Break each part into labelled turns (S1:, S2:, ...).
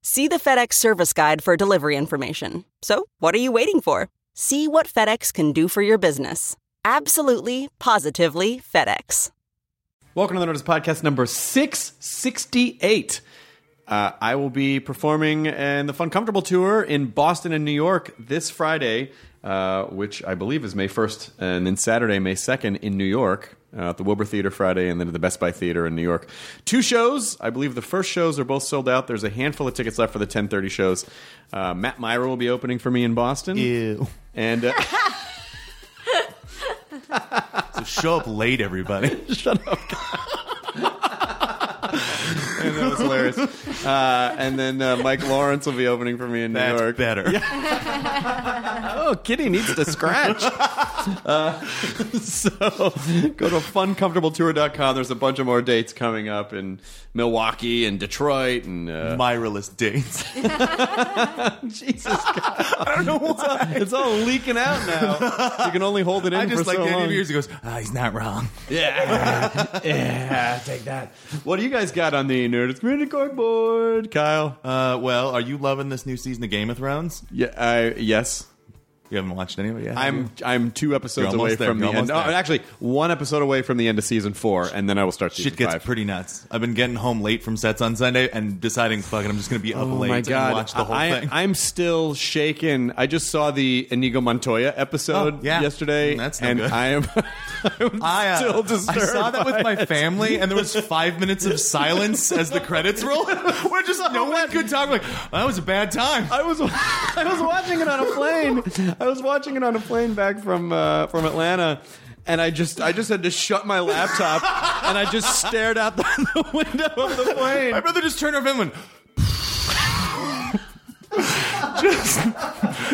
S1: See the FedEx service guide for delivery information. So, what are you waiting for? See what FedEx can do for your business. Absolutely, positively FedEx.
S2: Welcome to the Notice Podcast number 668. Uh, I will be performing in the Fun Comfortable Tour in Boston and New York this Friday, uh, which I believe is May 1st, and then Saturday, May 2nd in New York. Uh, at the Wilbur Theater Friday and then at the Best Buy Theater in New York. Two shows. I believe the first shows are both sold out. There's a handful of tickets left for the 10:30 shows. Uh, Matt Myra will be opening for me in Boston.
S3: Ew.
S2: And uh,
S3: So show up late, everybody.
S2: and that was hilarious. Uh, and then uh, Mike Lawrence will be opening for me in New
S3: That's
S2: York.
S3: better.
S2: Oh, Kitty needs to scratch. Uh, so go to funcomfortabletour.com. There's a bunch of more dates coming up in Milwaukee and Detroit and uh,
S3: Myraless dates.
S2: Jesus, God. I don't know why. It's all, leaking out now. You can only hold it in
S3: I just
S2: for
S3: like
S2: so
S3: the end
S2: long.
S3: of years. He goes, ah, he's not wrong.
S2: Yeah, yeah, take that. What do you guys got on the Nerdist Community Cardboard, Kyle?
S3: Uh, well, are you loving this new season of Game of Thrones?
S2: Yeah, I, yes.
S3: You haven't watched any of it yet. have you?
S2: I'm I'm two episodes
S3: You're
S2: away
S3: almost there.
S2: from
S3: You're
S2: the end.
S3: almost
S2: Oh,
S3: there.
S2: actually, one episode away from the end of season four, and then I will start season
S3: Shit gets
S2: five.
S3: pretty nuts. I've been getting home late from sets on Sunday and deciding, fuck it, I'm just going to be up
S2: Oh
S3: late
S2: my god!
S3: and watch the whole
S2: I,
S3: thing.
S2: am still shaken. I just saw the Inigo Montoya episode
S3: Oh, yeah.
S2: yesterday,
S3: That's no
S2: and
S3: good.
S2: I am I'm
S3: I, uh,
S2: still disturbed.
S3: I saw that
S2: by
S3: with
S2: it.
S3: my family, and there was five minutes of silence as the credits roll. Where just no one could talk. Like that was a bad time.
S2: I was I was watching it on a plane. I was watching it on a plane back from uh, from Atlanta. And I just, I just had to shut my laptop, and I just stared out the, the window of the plane.
S3: My brother just turned around and went. just,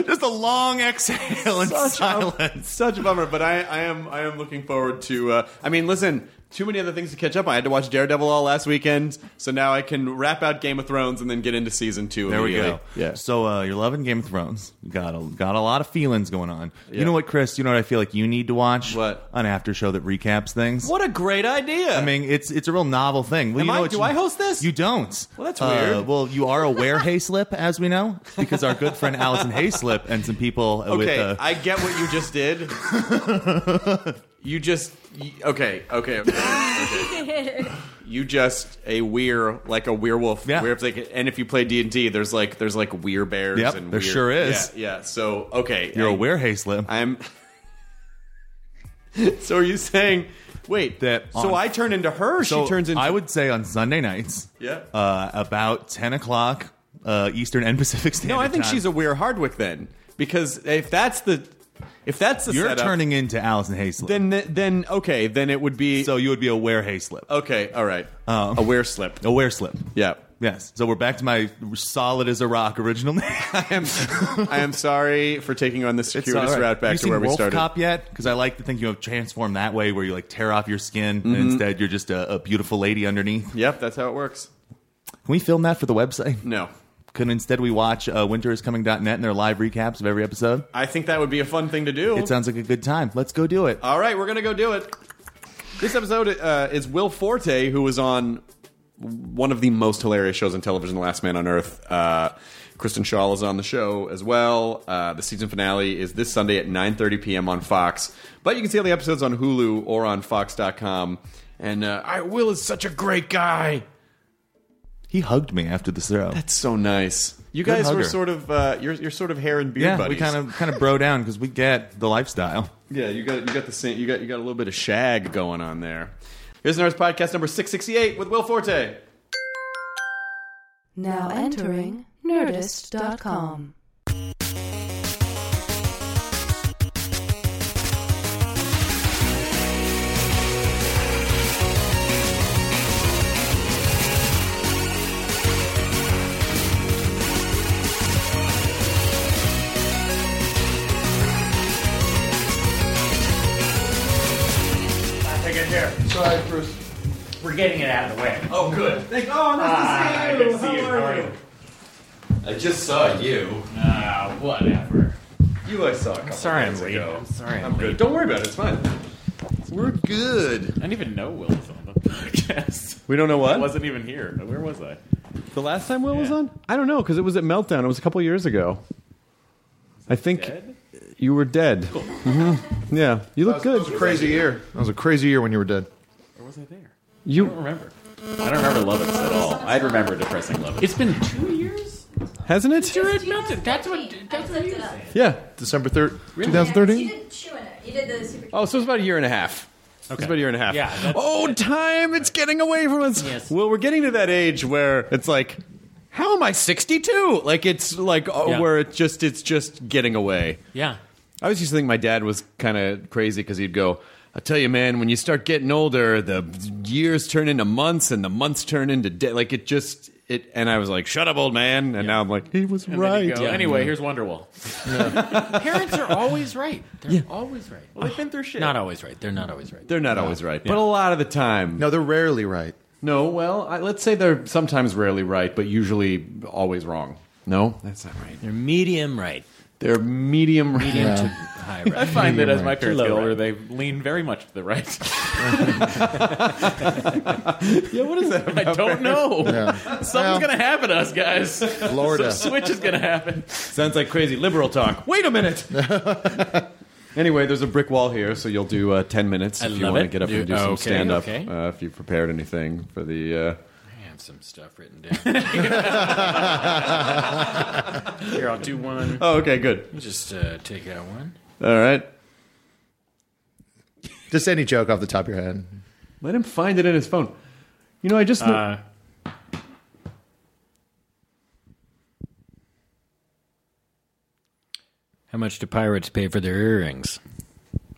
S3: just a long exhale and silence.
S2: Such a bummer, but I, I am I am looking forward to. Uh, I mean, listen, too many other things to catch up. on. I had to watch Daredevil all last weekend, so now I can wrap out Game of Thrones and then get into season two.
S3: There we go.
S2: immediately. Yeah.
S3: So uh, you're loving Game of Thrones. You got a got a lot of feelings going on. You know what, Chris? You know what I feel like you need to watch?
S2: What?
S3: An after show that recaps things.
S2: what a great idea!
S3: I mean, it's it's a real novel thing. Well,
S2: Am
S3: you know
S2: I-
S3: what
S2: do
S3: you-
S2: I host this?
S3: You don't.
S2: Well, that's
S3: Uh,
S2: weird.
S3: well, you are aware Hayslip, as we know, because our good friend Allison Hayslip and some people uh, with.
S2: okay,
S3: Uh,
S2: I get what you just did. you just y- okay, okay, okay. okay. You just a weir like a werewolf.
S3: Yeah.
S2: Werewolf, like, and if you play D and D, there's like there's like weir bears.
S3: Yep,
S2: and
S3: there
S2: weird-
S3: sure is.
S2: Yeah, yeah. So okay,
S3: you're
S2: I-
S3: aware Hayslip.
S2: I'm. so are you saying? Wait,
S3: That
S2: so
S3: on-
S2: I turn into her.
S3: So
S2: she turns into.
S3: I would say on Sunday nights.
S2: Yeah.
S3: Uh, about ten o'clock uh, Eastern and Pacific Standard.
S2: no, I think
S3: Time.
S2: she's a Weir Hardwick then, because if that's the, if that's the
S3: You're
S2: setup,
S3: turning into Allison Hayslip.
S2: Then then okay, then it would be
S3: so you would be aware Hayslip.
S2: Okay, all right.
S3: Um.
S2: a wear slip.
S3: Aware slip.
S2: Yeah.
S3: Yes. So we're back to my solid as a rock original name.
S2: I am, I am sorry for taking on the circuitous
S3: all right.
S2: route back
S3: you
S2: to
S3: seen
S2: where we
S3: Wolf
S2: started.
S3: Cop yet? Because I like to think you have transformed that way, where you like tear off your skin and
S2: Mm-hmm.
S3: instead you're just a, a beautiful lady underneath.
S2: Yep, that's how it works.
S3: Can we film that for the website?
S2: No.
S3: Can instead we watch uh, winteriscoming.net and their live recaps of every episode?
S2: I think that would be a fun thing to do.
S3: It sounds like a good time. Let's go do it.
S2: all right, we're going to go do it. This episode uh, is Will Forte, who was on one of the most hilarious shows on television, The Last Man on Earth. Uh, Kristen Shaw is on the show as well. Uh, the season finale is this Sunday at 9.30 p.m. on Fox. But you can see all the episodes on Hulu or on Fox.com. And uh, I, Will is such a great guy.
S3: He hugged me after the show.
S2: That's so nice. You
S4: Good
S2: guys were
S4: hugger.
S2: sort of uh, you're, you're sort of hair and beard
S4: yeah,
S2: buddies.
S4: we kind of kind of bro down because we get the lifestyle.
S2: Yeah, you got you got the same, you got you got a little bit of shag going on there. Here's Nerds Podcast number six sixty eight with Will Forte.
S5: Now entering Nerdist.com.
S6: I think it's here.
S2: Sorry, Bruce.
S6: We're getting it out of the way.
S2: Oh, good. Thank, oh, nice
S6: Ah, good to see you. How are you?
S2: I just saw you.
S6: Ah, whatever.
S2: You I saw a couple
S6: Sorry I'm
S2: days
S6: late.
S2: ago.
S6: I'm sorry
S2: I'm
S6: I'm
S2: good.
S6: late.
S2: Don't worry about it. It's fine. We're good.
S6: I didn't even know Will was on the podcast.
S2: We don't know
S6: I
S2: what
S6: wasn't even here. Where was I?
S2: the last time Will was
S6: Yeah.
S2: on. I don't know because it was at Meltdown. It was a couple years ago. I think
S6: Dead?
S2: you were dead. hmm Yeah, you look good.
S7: crazy year. That was a crazy year when you were dead.
S6: Or was I there? I don't
S2: You
S6: remember. I don't remember Lovitz at all. I remember depressing Lovitz. It's been two years?
S2: hasn't it?
S6: You're at Melton. That's what, that's what he was saying.
S2: Yeah.
S7: December 3rd,
S8: You
S7: 2013?
S8: did chewing it. You did the super.
S2: Oh, so it's about a year and a half. Okay. It's about a year and a half.
S6: Yeah, that's-
S2: Oh, time! It's getting away from us.
S6: Yes.
S2: Well, we're getting to that age where it's like, how am I 62? Like it's like oh,
S6: Yeah.
S2: where it just it's just getting away.
S6: Yeah.
S2: I always used to think my dad was kind of crazy because he'd go, "I tell you, man, when you start getting older, the years turn into months, and the months turn into de-. like it just it." And I was like, "Shut up, old man!" And now I'm like, "He was right."
S6: Go, Anyway, here's Wonderwall. Parents are always right. They're always right. Well, they've been through shit. Not always right. They're not always right.
S2: They're not always right, but a lot of the time,
S7: No, they're rarely right.
S2: No, well, I, let's say they're sometimes rarely right, but usually always wrong. No, that's not right.
S6: They're medium right.
S2: They're medium right.
S6: high right. I find that as my parents get older, they lean very much to the right.
S2: Yeah, what is that?
S6: I don't know. Something's
S7: Well-
S6: gonna happen to us guys.
S7: Florida.
S6: Some switch is gonna happen.
S2: Sounds like crazy liberal talk. Wait a minute. anyway, there's a brick wall here, so you'll do uh, ten minutes
S6: I
S2: if you
S6: love
S2: want to
S6: it.
S2: get up
S6: You-
S2: and do some
S6: okay,
S2: stand up.
S6: okay.
S2: Uh, if you prepared anything for the. Uh,
S6: I have some stuff written down. Here, I'll do one.
S2: oh, okay, good.
S6: Just uh, take out one.
S2: All right.
S7: Just any joke off the top of your head.
S2: Let him find it in his phone. You know, I just. kno-
S6: Uh, How much do pirates pay for their earrings?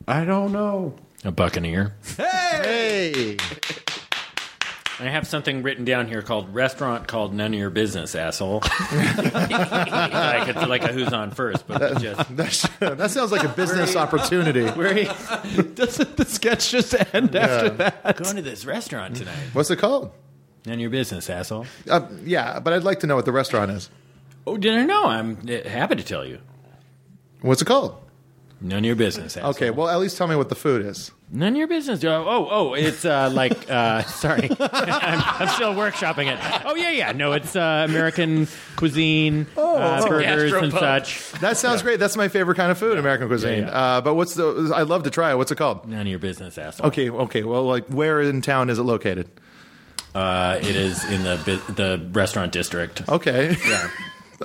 S2: I don't know.
S6: A buccaneer.
S7: Hey!
S6: I have something written down here called restaurant called none of your business, asshole. like, it's like a who's on first, but it's just
S7: That's, that sounds like a business opportunity.
S6: very
S2: Doesn't the sketch just end after that?
S6: going to this restaurant tonight.
S7: What's it called?
S6: None of your business, asshole.
S7: Uh, yeah, but I'd like to know what the restaurant is.
S6: Oh, didn't know. I'm uh, happy to tell you.
S7: What's it called?
S6: None of your business. Asshole.
S7: Okay, well, at least tell me what the food is.
S6: None of your business. Oh, oh, oh it's uh, like, uh, sorry. I'm, I'm still workshopping it. Oh, yeah, yeah. No, it's uh, American cuisine,
S7: Oh,
S6: uh, burgers and such.
S7: That sounds great. That's my favorite kind of food, American cuisine.
S6: yeah.
S7: Uh, but what's the? I'd love to try it. What's it called?
S6: None of your business, asshole.
S7: Okay, okay. Well, like, where in town is it located?
S6: Uh, it is in the bu- the restaurant district.
S7: Okay. Yeah.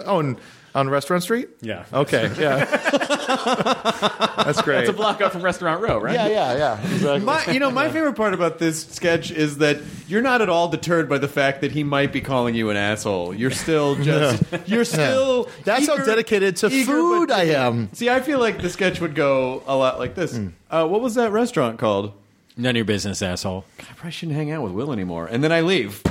S7: on on Restaurant Street.
S6: Yeah.
S7: Okay. Yeah. That's great.
S6: block up from Restaurant Row, right?
S7: yeah, yeah, yeah. Exactly.
S2: My, you know, my favorite part about this sketch is that you're not at all deterred by the fact that he might be calling you an asshole. You're still just, you're still.
S7: That's how
S2: eager-
S7: dedicated to
S2: eager,
S7: food
S2: but-
S7: I am. Mm.
S2: See, I feel like the sketch would go a lot like this. Uh, what was that restaurant called?
S6: None of your business, asshole.
S2: I probably shouldn't hang out with Will anymore. And then I leave.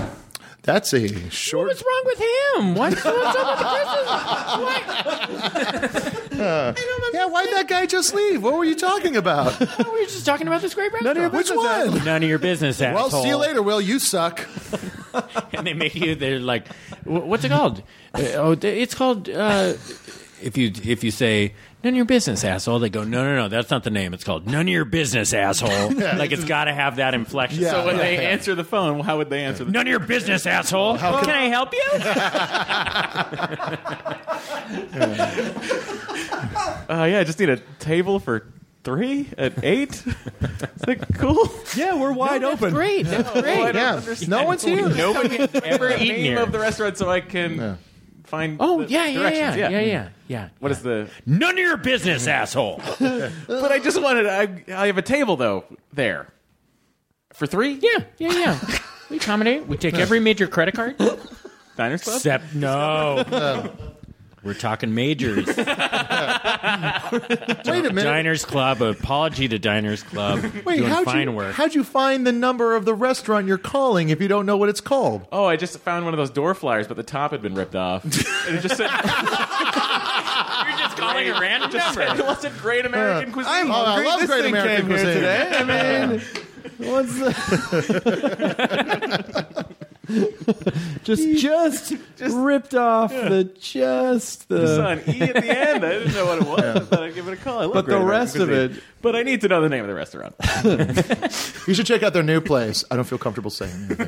S7: That's a short.
S6: What's wrong with him? What's, what's up with the
S7: Yeah, why'd that guy just leave? What were you talking about?
S6: We were just talking about this great restaurant.
S7: Which one?
S6: None of your business, asshole.
S7: Well, see you later, Will. You suck.
S6: and they make you. They're like, "Wh- "What's it called?" Uh, oh, th- it's called. Uh, if you if you say none of your business, asshole, they go, "No, no, no, that's not the name. It's called none of your business, asshole." like it's got to have that inflection.
S7: Yeah, So when yeah, they yeah.
S6: answer the phone, how would they answer? The none of your business, asshole. can, I help you?
S9: Uh, yeah, I just need a table for three at eight. Is that cool?
S2: Yeah, we're wide open.
S6: Great,
S9: Oh,
S6: that's great.
S7: Yeah. No one's here.
S9: Nobody ever eaten
S6: here.
S9: of the restaurant, so I can find.
S6: Oh,
S9: the
S6: yeah, yeah,
S9: directions.
S6: yeah, yeah, yeah, yeah.
S9: What is the?
S6: None of your business, asshole.
S9: but I just wanted. I, I have a table though there for three.
S6: Yeah, yeah, yeah. we accommodate. We take every major credit card.
S9: Diners Club.
S6: Except no. We're talking majors.
S7: Wait a minute.
S6: Diners Club. Apology to Diners Club.
S7: Wait,
S6: doing
S7: how'd
S6: fine
S7: you,
S6: work.
S7: how'd you find the number of the restaurant you're calling if you don't know what it's called?
S9: Oh, I just found one of those door flyers, but the top had been ripped off. and it just said,
S6: You're just calling a random
S9: it wasn't great American cuisine.
S7: oh, I love
S2: this
S7: Great
S2: thing
S7: American
S2: came here
S7: Cuisine.
S2: today. I mean,
S7: What's the,
S10: Just, just, ripped off the just the.
S9: Son, E at the end. I didn't know what it was. I thought I'd give it a call. I love
S2: But
S9: Great
S2: the
S9: American
S2: rest of
S9: Cuisine.
S2: it-
S9: But I need to know the name of the restaurant.
S6: Oh
S7: you should check out their new place. I don't feel comfortable saying. it.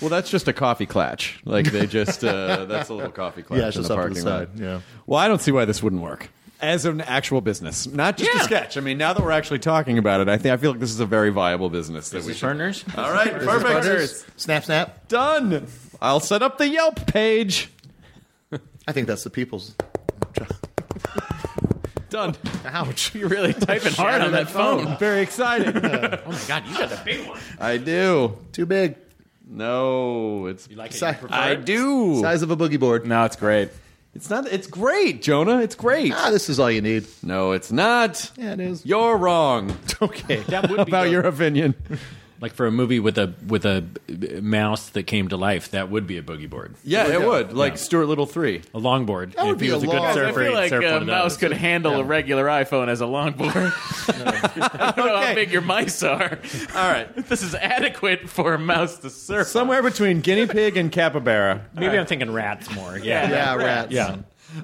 S2: well, that's just a coffee clatch. Like they just uh, that's a little coffee clatch
S7: Yeah, it's
S2: in
S7: just
S2: the
S7: up to
S2: parking
S7: the
S2: lot.
S7: side. Yeah.
S2: Well, I don't see why this wouldn't work as an actual business, not just a sketch. I mean, now that we're actually talking about it, I think I feel like this is a very viable business that we should.
S6: Partners.
S2: All right, perfect.
S7: Butters, Snap, snap.
S2: Done. I'll set up the Yelp page.
S7: I think that's the people's.
S2: Done.
S7: Ouch.
S9: You're really typing hard on that phone.
S2: Very exciting.
S6: Oh my God, you got the big one.
S2: I do.
S7: Too big.
S2: No, it's
S6: You like it?
S7: Size,
S2: I do.
S7: size of a boogie board.
S9: No, it's great.
S2: It's not. It's great, Jonah. It's great.
S7: Ah, this is all you need.
S2: No, it's not.
S7: Yeah, it is.
S2: You're wrong
S7: Okay.
S2: about your opinion.
S6: Like for a movie with a with a uh, mouse that came to life, that would be a boogie board,
S2: Yeah, it would. Like Stuart Little Three.
S6: a longboard.
S7: That would
S6: if he
S7: be a
S6: was a,
S7: long-
S6: good
S7: Guys, I uh,
S6: surfer,
S9: I feel
S6: he'd
S9: like
S6: surf
S9: a
S6: one of
S9: mouse
S6: those.
S9: could handle a regular iPhone as a longboard. I don't know how big your mice are. All right, this is adequate for a mouse to surf.
S2: Somewhere between guinea pig and capybara.
S6: Maybe I'm thinking rats more. Yeah.
S7: Yeah, rats.
S6: Yeah.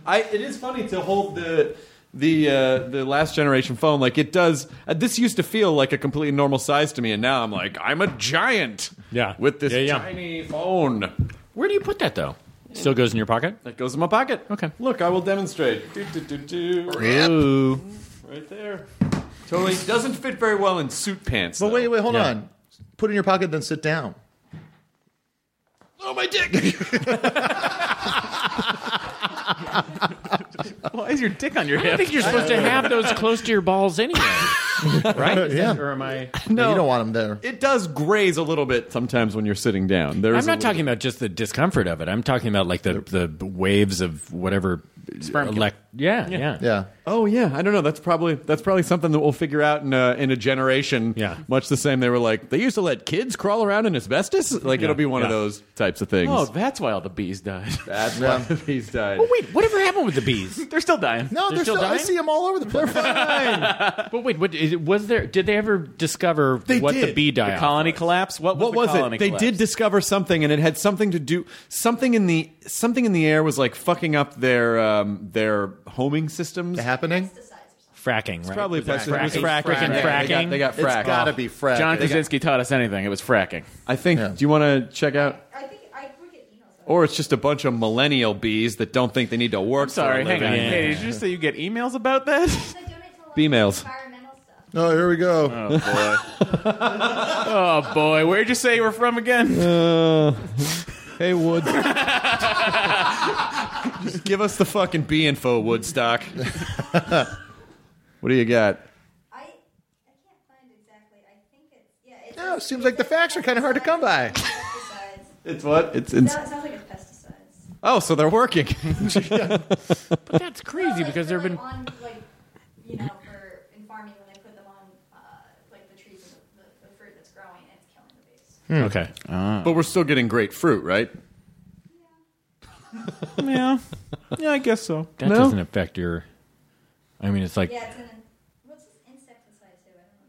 S2: I, it is funny to hold the the uh, the last generation phone like it does. Uh, this used to feel like a completely normal size to me, and now I'm like I'm a giant.
S6: Yeah.
S2: with this
S6: Yeah, yeah.
S2: tiny phone
S6: Where do you put that though? Still goes in your pocket.
S2: that goes in my pocket.
S6: Okay.
S2: look, I will demonstrate. Do, do, do, do.
S7: Ooh.
S2: Right there. Totally doesn't fit very well in suit pants.
S7: But
S2: though.
S7: wait, wait, hold
S6: Yeah.
S7: on. Put it in your pocket, then sit down.
S2: Oh my dick!
S9: Why is your dick on your
S6: I
S9: hip?
S6: think you're supposed to have those close to your balls anyway, right? Is
S7: Yeah.
S6: that- Or am I?
S7: No, you don't want them there.
S2: It does graze a little bit sometimes when you're sitting down. There
S6: I'm
S2: is a
S6: not
S2: little-
S6: talking about just the discomfort of it. I'm talking about like the the waves of whatever
S9: Sperm
S6: elect. Yeah, yeah,
S7: Yeah.
S2: Oh yeah, I don't know. That's probably that's probably something that we'll figure out in a, in a generation.
S6: Yeah.
S2: much the same. They were like they used to let kids crawl around in asbestos. Like it'll be one of
S6: yeah.
S2: those types of things.
S9: Oh, that's why all the bees died.
S2: that's
S7: Yeah.
S2: why the bees died.
S6: But wait, whatever happened with the bees?
S9: They're still dying.
S7: No, they're,
S6: still
S7: still. I
S6: dying?
S7: see them all over the place.
S6: But wait, what is, it- was there? Did they ever discover
S2: They
S6: what the
S2: did.
S6: bee
S9: The
S6: died?
S9: colony collapse. What was,
S2: what was
S9: the colony
S2: it? They
S9: collapse?
S2: did discover something, and it had something to do something in the something in the air was like fucking up their um, their homing systems.
S7: happening.
S6: fracking, right?
S2: Probably
S6: was
S2: pestis- it was fracking. Yeah,
S6: Frickin'
S2: They
S6: fracking.
S2: got, they got
S7: It's
S2: fracked.
S7: gotta be frack.
S9: John Krasinski taught us anything. It was fracking.
S2: I think.
S7: Yeah.
S2: Do you want to check out?
S8: I think I we get emails.
S2: Or it's just a bunch of millennial bees that don't think they need to work.
S9: I'm sorry.
S2: for a
S9: Hang on.
S2: living.
S6: Yeah.
S9: Hey, did you just say you get emails about that?
S8: They donate to, like,
S2: Females.
S8: Environmental stuff.
S7: Oh, here we go.
S9: oh boy, where'd you say you were from again?
S2: Uh, hey, Wood. Just give us the fucking bee info, Woodstock. what do you got?
S8: I I can't find exactly. I think it's yeah. It's,
S7: Yeah, it seems like the facts are kind of hard to come by.
S8: Pesticides.
S2: It's what? It's,
S8: No, it
S2: it's
S8: sounds like it's pesticides.
S2: oh, so they're working.
S6: But that's crazy
S8: Like,
S6: because
S8: they're,
S6: there've been
S8: like, on like you know for in farming when they put them on uh, like the trees and the, the, the fruit that's growing and it's killing the bees.
S7: Hmm.
S6: okay.
S2: but we're still getting great fruit, right?
S9: yeah, yeah, I guess so.
S6: That doesn't affect your. I mean, it's like
S8: Yeah, it's an what's this insecticide too? I don't know.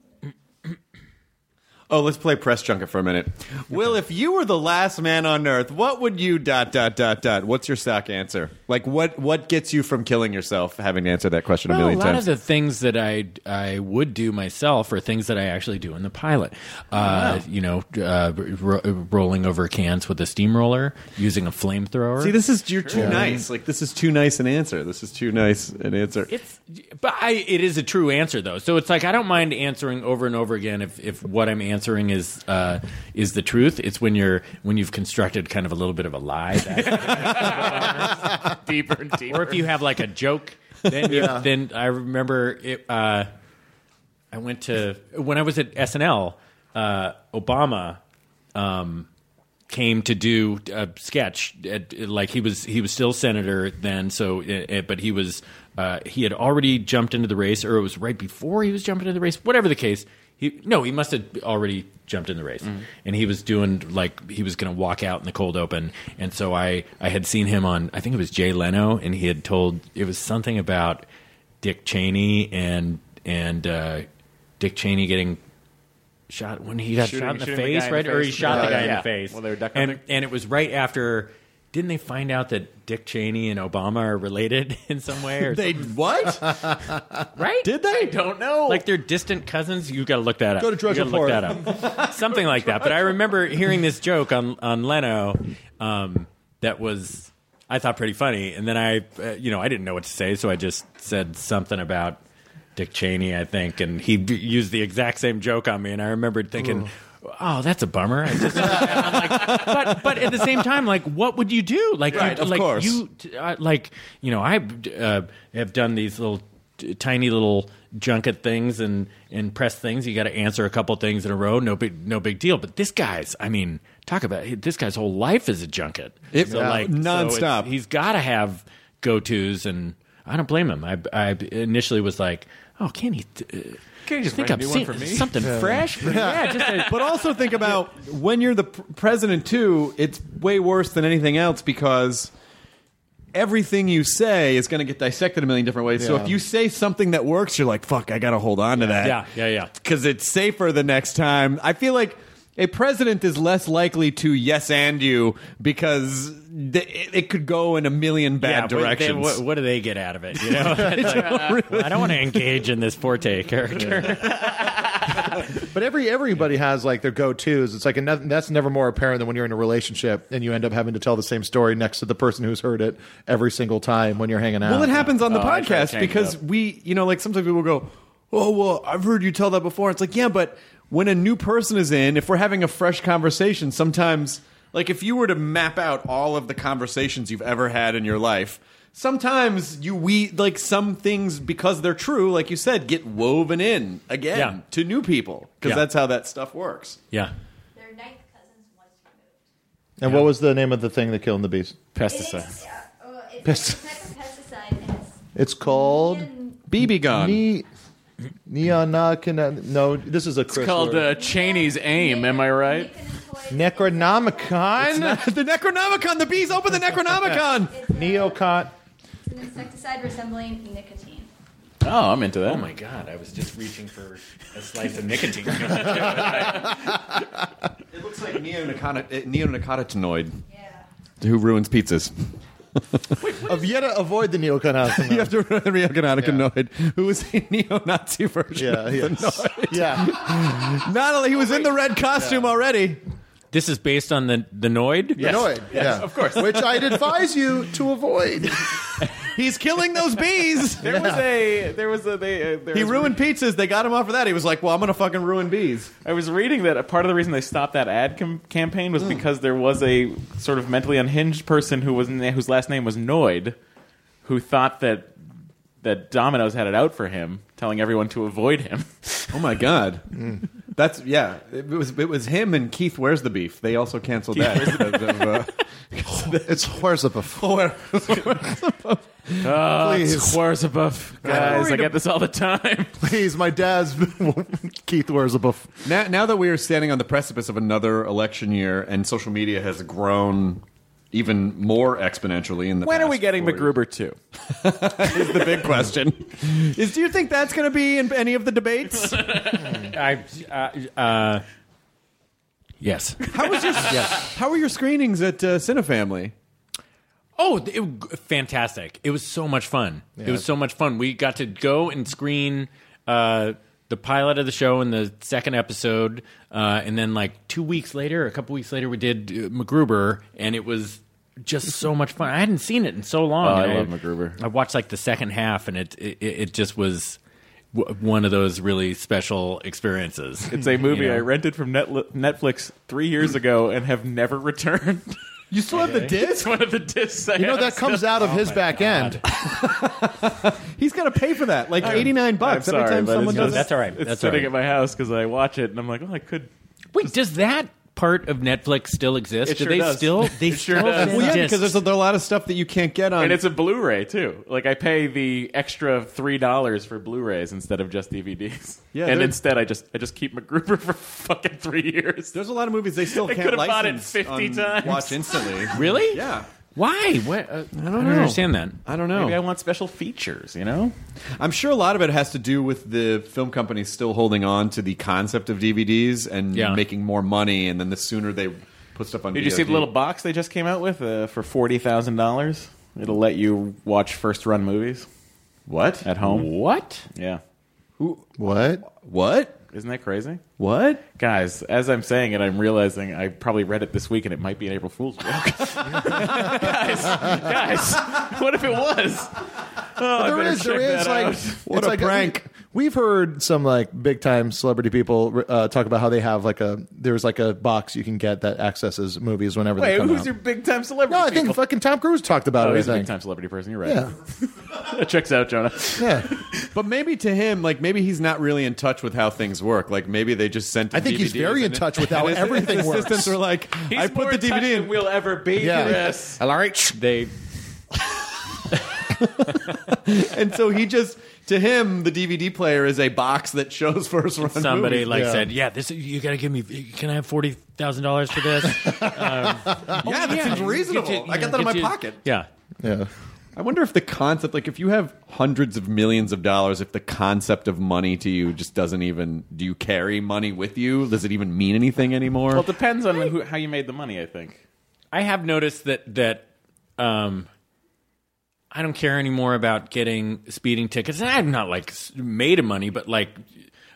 S2: Oh, let's play press junket for a minute. Will, if you were the last man on Earth, what would you dot dot dot dot? What's your stock answer? Like, what what gets you from killing yourself? Having answered that question a
S6: well, a
S2: million
S6: lot
S2: times.
S6: of the things that I I would do myself are things that I actually do in the pilot. Uh, You know, uh, ro- rolling over cans with a steamroller, using a flamethrower.
S2: See, this is you're too nice. Like, this is too nice an answer. This is too nice an answer.
S6: It's, but I, it is a true answer though. So it's like I don't mind answering over and over again if, if what I'm answering is uh, is the truth. It's when you're when you've constructed kind of a little bit of a lie, that-
S9: deeper and deeper.
S6: or if you have like a joke. Then you-
S9: Yeah.
S6: then I remember it. Uh, I went to when I was at SNL. Uh, Obama um, came to do a sketch. At, like he was he was still senator then, so it, it- but he was uh, he had already jumped into the race, or it was right before he was jumping into the race. Whatever the case, he no, he must have already jumped in the race, and he was doing like he was going to walk out in the cold open. And so I I had seen him on I think it was Jay Leno, and he had told it was something about Dick Cheney and and uh, Dick Cheney getting shot when he got
S9: Shooting-
S6: shot in the
S9: shooting the
S6: face,
S9: guy in the
S6: right? Or he
S9: face.
S6: shot the
S9: Yeah,
S6: guy in
S9: yeah.
S6: the face.
S9: Well, they were duck
S6: and,
S9: hunting.
S6: and it was right after. Didn't they find out that Dick Cheney and Obama are related in some way? Or
S10: They-
S6: something?
S10: what?
S6: right?
S10: Did they? I
S6: don't know. Like they're distant cousins. You got to look that up.
S10: Go to Drudge
S6: you gotta
S10: Report.
S6: Look that up. Something like that. But I remember hearing this joke on on Leno um, that was I thought pretty funny, and then I, uh, you know, I didn't know what to say, so I just said something about Dick Cheney, I think, and he b- used the exact same joke on me, and I remembered thinking. Oh, that's a bummer. I just- but but at the same time, like, what would you do? Like,
S10: Right,
S6: you,
S10: of
S6: like
S10: course.
S6: you t- uh, like you know, I uh, have done these little t- tiny little junket things and and press things. You got to answer a couple things in a row. No big no big deal. But this guy's, I mean, talk about this guy's whole life is a junket.
S2: It-
S6: so
S2: Yeah.
S6: like so it's-
S2: Nonstop.
S6: he's got to have go tos, and I don't blame him. I I initially was like, oh, can he? Th-
S9: Can he just
S6: think
S9: write a new
S6: I've
S9: one
S6: seen
S9: for me?
S6: something
S9: Yeah.
S6: fresh. for- Yeah, just a-
S2: but also think about when you're the pr- president too. It's way worse than anything else because everything you say is going to get dissected a million different ways. So
S10: Yeah.
S2: if you say something that works, you're like, "Fuck, I got to hold on to that."
S6: Yeah, yeah, yeah.
S2: Because it's safer the next time. I feel like. A president is less likely to yes and you because th- it- it could go in a million
S6: Yeah,
S2: bad
S6: what- they-
S2: directions.
S6: what, what do they get out of it? You know, It's like, well, I don't want to engage in this forte character.
S3: But every everybody has like their go tos. It's like and that- that's never more apparent than when you're in a relationship and you end up having to tell the same story next to the person who's heard it every single time when you're hanging out.
S2: Well, it happens on the
S3: Oh, I try to
S2: podcast
S3: change it
S2: because
S3: up.
S2: we, you know, like sometimes people go, "Oh, well, I've heard you tell that before." It's like, yeah, but when a new person is in, if we're having a fresh conversation, sometimes, like, if you were to map out all of the conversations you've ever had in your life. Sometimes you we like some things because they're true, like you said, get woven in again
S6: Yeah.
S2: to new people because
S6: Yeah.
S2: that's how that stuff works.
S6: Yeah.
S3: And what was the name of the thing that killed the bees?
S8: Pesticides. oh,
S3: Pesticide. It's called
S2: BB
S9: gun.
S3: Ne- Neonacon- No, this is a
S9: It's called uh, Cheney's aim. Am I right?
S8: uh,
S3: Necronomicon.
S2: the Necronomicon. The bees open the Necronomicon.
S3: Neocon.
S8: It's an insecticide resembling nicotine.
S9: Oh, I'm into that.
S6: Oh my god, I was just reaching for a slice of nicotine.
S2: It looks like eh, neonicotinoid. Who ruins pizzas?
S3: Of yet to avoid the neoconopsin.
S2: you have to remember neonicotinoid, who was a neo-Nazi version.
S3: Yeah,
S2: of
S3: yeah.
S2: the Noid.
S3: yeah.
S2: Not only he was in the red costume already.
S6: This is based on the the Noid.
S3: Yes. Noid, Yes, yeah. of course. Which I'd advise you to avoid.
S2: He's killing those bees.
S9: There was a. There was a. They, uh, there
S2: He
S9: was
S2: ruined pizzas. They got him off for that. He was like, "Well, I'm gonna fucking ruin bees."
S9: I was reading that a part of the reason they stopped that ad com- campaign
S6: Mm.
S9: was because there was a sort of mentally unhinged person who was na- whose last name was Noid, who thought that that Domino's had it out for him, telling everyone to avoid him.
S2: Oh my god,
S9: Mm.
S2: that's yeah. It was it was him and Keith. Where's the beef? They also canceled
S9: Keith,
S2: that.
S9: where's the-
S2: because of, uh,
S3: it's Horzabuff.
S9: Oh, it's
S3: Please.
S9: Wurzabuff. Guys, I get this all the time.
S3: Please, my dad's Keith Wurzabuff.
S2: Now, now that we are standing on the precipice of another election year, and social media has grown even more exponentially in the
S9: When are
S2: past
S9: we getting
S2: four years.
S9: MacGruber two?
S2: is the big question. Is do you think that's going to be in any of the debates?
S6: I, uh, uh, yes.
S2: How was your How were your screenings at uh, Cinefamily?
S6: Oh, it, fantastic! It was so much fun. It
S2: Yeah.
S6: was so much fun. We got to go and screen uh, the pilot of the show and the second episode, uh, and then like two weeks later, a couple weeks later, we did uh, MacGruber, and it was just so much fun. I hadn't seen it in so long.
S9: Oh, I
S6: and
S9: love MacGruber.
S6: I watched like the second half, and it it, it just was. w- one of those really special experiences.
S9: It's a movie
S6: You know?
S9: I rented from Netli- Netflix three years ago and have never returned.
S3: You still
S10: have the disc?
S9: It's one of the discs. I
S3: You know
S9: have
S3: that comes
S9: still.
S3: out of his back end.
S2: Oh He's got to pay for that, like
S9: I'm-
S2: eighty nine bucks
S9: I'm
S2: every
S9: sorry,
S2: time
S9: but
S2: someone
S9: it's
S2: does.
S9: just-
S2: it.
S9: It's sitting at my house because I watch it and I'm like, oh, I could.
S6: Wait, does that part of Netflix still exist?
S9: It
S6: do
S9: sure
S6: they
S9: does.
S6: still? They
S9: It sure
S6: still
S9: does.
S6: send
S9: Well, yeah,
S6: discs?
S2: because there's a, there are a lot of stuff that you can't get on.
S9: And it's a Blu-ray too. Like I pay the extra three dollars for Blu-rays instead of just DVDs.
S2: Yeah,
S9: and
S2: they're-
S9: instead I just I just keep MacGruber for fucking three years.
S2: There's a lot of movies they still
S9: They
S2: can't
S9: could have bought it
S2: license
S9: 50
S2: on
S9: times.
S2: Watch instantly.
S6: Really?
S2: Yeah.
S6: Why? What? Uh, I
S2: know.
S6: understand that.
S2: I don't know.
S9: Maybe I want special features. You know.
S2: I'm sure a lot of it has to do with the film companies still holding on to the concept of DVDs and
S9: Yeah.
S2: making more money, and then the sooner they put stuff on.
S9: Did you see the
S2: VOD.
S9: little box they just came out with uh, for forty thousand dollars? It'll let you watch first run movies.
S2: What
S9: at home?
S6: What?
S9: Yeah.
S3: What?
S2: What?
S9: Isn't that crazy?
S2: What?
S9: Guys, as I'm saying it, I'm realizing I probably read it this week and it might be an April Fool's joke. guys, guys, what if it was? Oh, I
S3: there
S9: better
S3: is, there
S9: check
S3: is
S9: that
S3: like,
S9: out.
S3: it's like We, have heard some like big time celebrity people uh, talk about how they have like a there's like a box you can get that accesses movies whenever they
S9: Wait,
S3: come
S9: who's
S3: out.
S9: your big time celebrity?
S3: no, I think fucking Tom Cruise talked about
S9: Oh,
S3: it. I
S9: he's a
S3: think.
S9: big time celebrity person. You're right.
S3: Yeah.
S9: that checks out, Jonah.
S3: Yeah.
S2: but maybe to him, like maybe he's not really in touch with how things work. Like maybe they just sent. Him
S3: I think he's
S2: DVDs
S3: very in
S2: and it-
S3: touch with how
S2: and his-
S3: everything
S2: his
S3: works.
S2: Assistants are like,
S9: He's
S2: I put
S9: more
S2: the
S9: in touch
S2: DVD
S9: than
S2: in.
S9: We'll ever be.
S2: Yeah.
S9: Yes.
S3: All right.
S9: They.
S2: and so he just to him the DVD player is a box that shows first run.
S6: Somebody
S2: movies.
S6: like said, "Yeah, this you got to give me. Can I have forty thousand dollars for this?" um, yeah,
S2: that seems reasonable. I got that in my pocket.
S6: Yeah.
S3: Yeah.
S2: I wonder if the concept, like, if you have hundreds of millions of dollars, if the concept of money to you just doesn't even. Do you carry money with you? Does it even mean anything anymore?
S9: Well, it depends on who, how you made the money. I think.
S6: I have noticed that that um, I don't care anymore about getting speeding tickets, and I'm not like s- made of money, but like.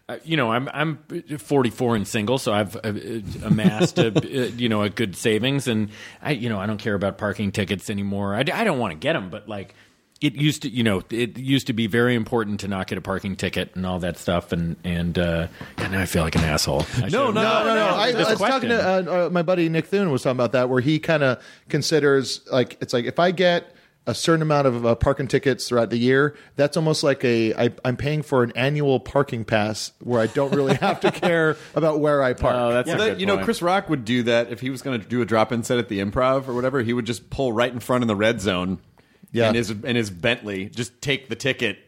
S6: uh, You know, I'm I'm 44 and single, so I've uh, uh, amassed a uh, you know a good savings, and I you know I don't care about parking tickets anymore. I, d- I don't want to get them, but like it used to you know it used to be very important to not get a parking ticket and all that stuff, and and uh, God, now I feel like an asshole. I
S3: No,
S6: should've-
S3: no, no, no. I, I
S6: Just
S3: was talking
S6: question.
S3: to uh, uh, my buddy Nick Thune was talking about that, where he kind of considers like it's like if I get a certain amount of uh, parking tickets throughout the year, that's almost like a I, I'm paying for an annual parking pass where I don't really have to care about where I park. Oh,
S2: well, that, you know, Chris Rock would do that if he was going to do a drop-in set at the Improv or whatever. He would just pull right in front in the red zone,
S3: Yeah.
S2: and his and his Bentley just take the ticket,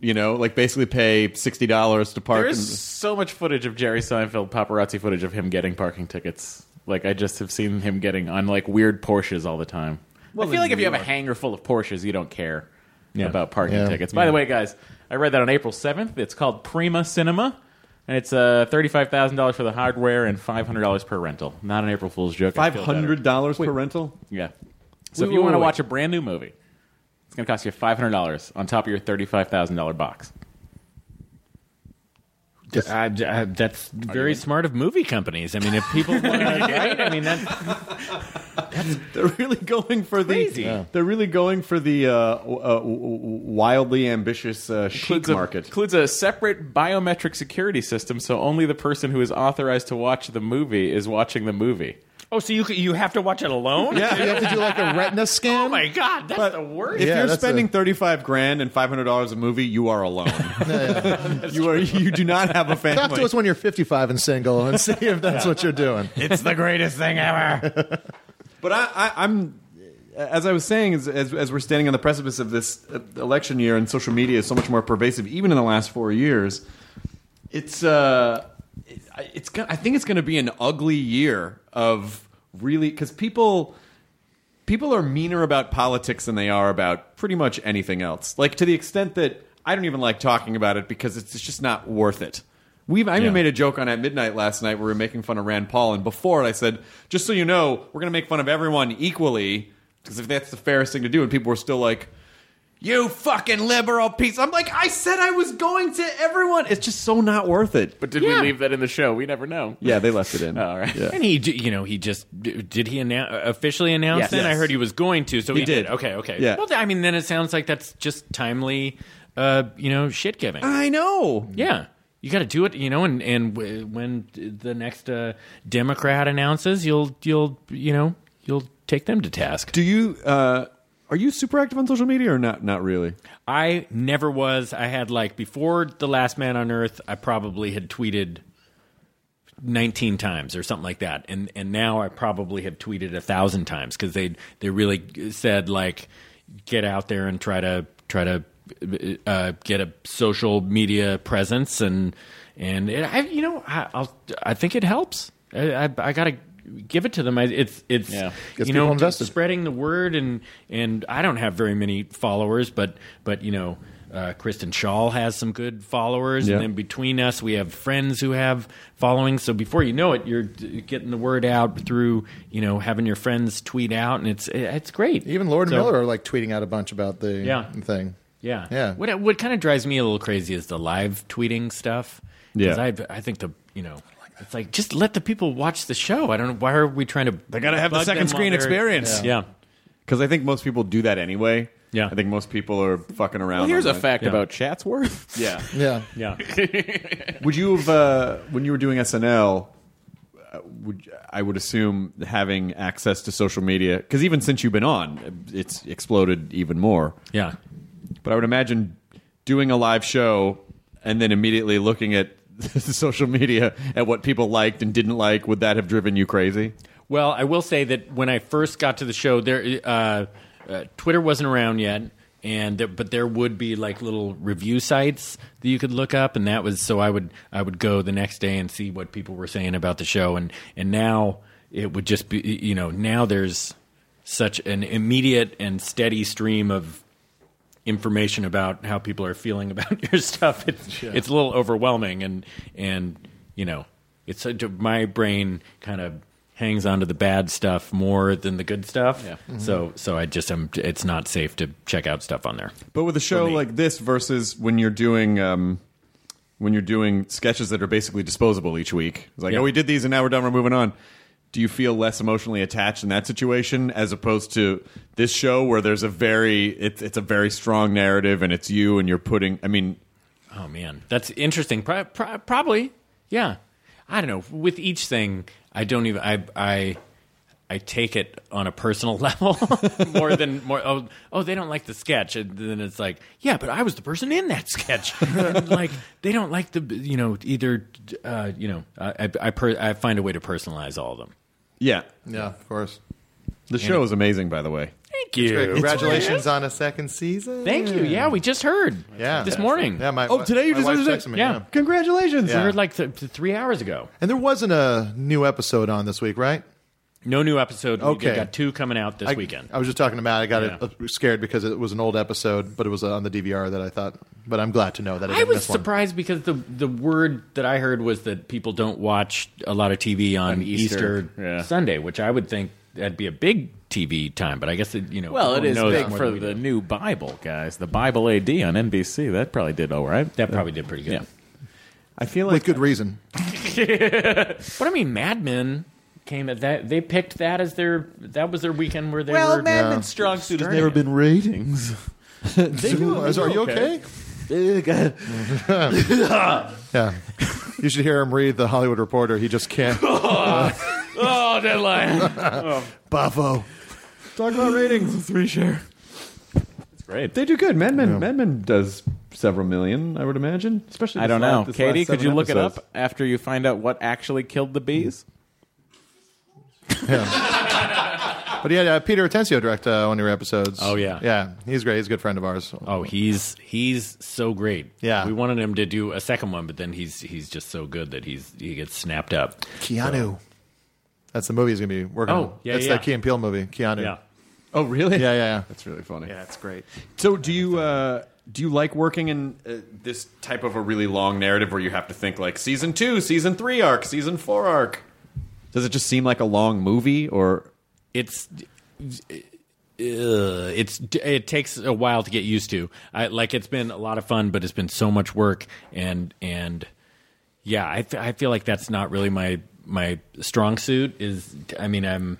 S2: you know, like basically pay sixty dollars to park.
S9: There is
S2: and-
S9: so much footage of Jerry Seinfeld paparazzi footage of him getting parking tickets. Like I just have seen him getting on like weird Porsches all the time. I feel like if you have a hangar full of Porsches, you don't care about parking
S4: Yeah.
S9: tickets. By the way, guys, I read that on April seventh. It's called Prima Cinema, and it's uh, thirty five thousand dollars for the hardware and five hundred dollars per rental. Not an April Fool's joke. I feel better.
S2: $500 per rental?
S9: Yeah. So
S2: Wait,
S9: if
S2: wait,
S9: you want to
S2: wait.
S9: watch a brand new movie, it's going to cost you five hundred dollars on top of your thirty five thousand dollar box.
S6: I, I- that's very smart of movie companies. I mean, if people want to, right? I mean, that's,
S2: they're really going for
S6: Crazy.
S2: the they're really going for the uh, w- uh, w- w- wildly ambitious uh, chic
S9: a,
S2: market.
S9: includes a separate biometric security system, so only the person who is authorized to watch the movie is watching the movie.
S6: oh, so you c- you have to watch it alone?
S9: Yeah, you have to do, like,
S3: a retina scan.
S6: Oh my god, that's the worst.
S2: If you're spending thirty-five grand and five hundred dollars a movie, you are alone. you are you do not have a family.
S3: Talk to us when you're 55 and single and see if that's what you're doing.
S2: It's the greatest thing ever. but I, I, I'm, as I was saying, as, as, as we're standing on the precipice of this uh, election year, and social media is so much more pervasive, even in the last four years. It's uh, it, I- it's gonna, I think it's going to be an ugly year of really because people. People are meaner about politics than they are about pretty much anything else. Like to the extent that I don't even like talking about it because it's it's just not worth it. We've I even
S6: Yeah.
S2: made a joke on at midnight last night where we were making fun of Rand Paul, and before it, I said, just so you know, we're going to make fun of everyone equally because if that's the fairest thing to do, and people were still like, You fucking liberal piece. I'm like, I said I was going to everyone. It's just so not worth it.
S9: But did
S2: Yeah.
S9: we leave that in the show? We never know.
S2: Yeah, they left it in. all right.
S6: And he, d- you know, he just d- did he annou- officially announce
S9: Yes.
S6: then? I
S9: Yes.
S6: heard he was going to, so
S9: He
S6: he,
S9: did.
S6: Okay, okay.
S9: Yeah.
S6: Well, th- I mean, then it sounds like that's just timely, uh, you know, shit giving.
S9: Uh.
S6: I
S2: know.
S6: Yeah. You got to do it, you know, and and w- when the next uh, Democrat announces, you'll you'll you know you'll take them to task.
S2: Do you? Uh, are you super active on social media or not? Not really.
S6: I never was. I had like before the last man on earth, I probably had tweeted 19 times or something like that. And and now I probably have tweeted a thousand times cuz they they really said like get out there and try to try to uh, get a social media presence and and it, I you know I I'll, I think it helps. I I, I got to give it to them. I, it's it's
S9: Yeah.
S3: Gets
S6: you know
S3: people invested.
S6: spreading the word and and I don't have very many followers, but but you know. Uh, Kristen Shaw has some good followers,
S2: Yeah.
S6: and then between us, we have friends who have followings. So before you know it, you're d- getting the word out through you know having your friends tweet out, and it's eh, it's great.
S3: Even Lord
S6: So-
S3: and Miller are like tweeting out a bunch about the
S6: Yeah.
S3: thing.
S6: yeah.
S3: Yeah.
S6: What what kind of drives me a little crazy is the live tweeting stuff. 'Cause
S3: Yeah.
S6: I I think the you know it's like just let the people watch the show. I don't know why are we trying to
S2: They gotta have the
S6: bug
S2: second
S6: them while
S2: screen
S6: they're-
S2: experience.
S6: Yeah.
S2: Because I think most people do that anyway.
S6: Yeah.
S2: I think most people are fucking around.
S9: Well, here's a
S2: online.
S9: fact about Chatsworth.
S2: Yeah.
S3: Yeah.
S6: Yeah.
S2: would you have uh, when you were doing SNL? uh, Would I would assume having access to social media because even since you've been on, it's exploded even more.
S6: Yeah,
S2: but I would imagine doing a live show and then immediately looking at social media at what people liked and didn't like. Would that have driven you crazy?
S6: Well, I will say that when I first got to the show, there uh, uh, Twitter wasn't around yet, and there, but there would be like little review sites that you could look up, and that was so I would I would go the next day and see what people were saying about the show, and and now it would just be you know now there's such an immediate and steady stream of information about how people are feeling about your stuff. It's
S10: Yeah.
S6: it's a little overwhelming, and and you know, it's a, my brain kind of hangs onto the bad stuff more than the good stuff.
S2: Yeah.
S6: So so I just am. It's not safe to check out stuff on there.
S2: But with a show like this versus when you're doing um, when you're doing sketches that are basically disposable each week, it's like
S6: Yeah.
S2: oh we did these and now we're done, we're moving on. Do you feel less emotionally attached in that situation as opposed to this show where there's a very it's it's a very strong narrative and it's you and you're putting I mean
S6: Oh man, that's interesting. Pro- pro- probably, yeah. I don't know. With each thing, I don't even. I I I take it on a personal level more than more. Oh, oh, they don't like the sketch, and then it's like, yeah, but I was the person in that sketch. and like they don't like the you know either. Uh, you know, I I, I, per- I find a way to personalize all of them.
S2: yeah
S3: yeah of course.
S2: the
S6: And
S2: show
S6: it-
S2: is amazing by the way
S6: Thank you.
S3: Congratulations on a second season.
S6: Thank you. Yeah, we just heard.
S3: Yeah.
S6: this morning.
S3: Yeah, my
S6: oh today you
S3: my
S6: just
S3: wife
S6: heard
S3: texted me. Yeah.
S2: congratulations.
S6: We heard like th- th- three hours ago.
S3: And there wasn't a new episode on this week, right?
S6: No new episode.
S3: Okay.
S6: we got two coming out this
S3: I,
S6: weekend.
S3: I was just talking to Matt. I got it, uh, scared because it was an old episode, but it was uh, on the DVR that I thought. But I'm glad to know that I
S6: I
S3: didn't
S6: was
S3: miss one.
S6: surprised because the the word that I heard was that people don't watch a lot of TV on, Easter,
S9: Easter, yeah.
S6: Sunday, which I would think that'd be a big TV time. But I guess it, you know,
S9: Well, it
S6: people
S9: is
S6: know that
S9: big
S6: more
S9: for
S6: than we
S9: the new Bible, guys. The Bible AD on NBC. That probably did all right.
S6: That probably did pretty good.
S9: Yeah.
S2: I feel
S3: like with good reason.
S6: do. But I mean, Mad Men came at that. They picked that as their that was their weekend where they
S9: Well,
S6: were. uh,
S9: Mad Men's strong suit has
S6: Starting
S9: never
S6: it.
S10: been ratings.
S3: They do. Are you okay? yeah. You should hear him read the Hollywood Reporter. He just can't.
S6: oh, deadline.
S3: Buffo.
S2: Talk about ratings.
S9: Three share. It's great.
S2: They do good. Mad Men. Mad Men does several million, I would imagine. Especially.
S9: I
S2: this
S9: don't
S2: la-
S9: know.
S2: this
S9: Katie,
S2: last
S9: could you
S2: seven
S9: look
S2: episodes.
S9: it up after you find out what actually killed the bees?
S3: But yeah, uh, Peter Atencio directed uh, one of your episodes.
S6: Oh, yeah.
S3: yeah, he's great. He's a good friend of ours.
S6: Oh, he's he's so great.
S3: Yeah.
S6: we wanted him to do a second one, but then he's he's just so good that he's he gets snapped up.
S3: Keanu. That's the movie he's gonna be working.
S6: Oh,
S3: on.
S6: yeah,
S3: that's
S6: yeah.
S3: that Key and Peele movie, Keanu.
S6: Yeah.
S2: Oh, really?
S3: Yeah, yeah, yeah.
S2: That's really funny. Yeah,
S3: it's great.
S2: So, do you uh, do you like working in uh, this type of a really long narrative where you have to think like season two, season three arc, season four arc? Does it just seem like a long movie, or
S6: it's ugh, uh, it's it takes a while to get used to. I like it's been a lot of fun, but it's been so much work and and yeah, I fe- I feel like that's not really my my strong suit. Is I mean I'm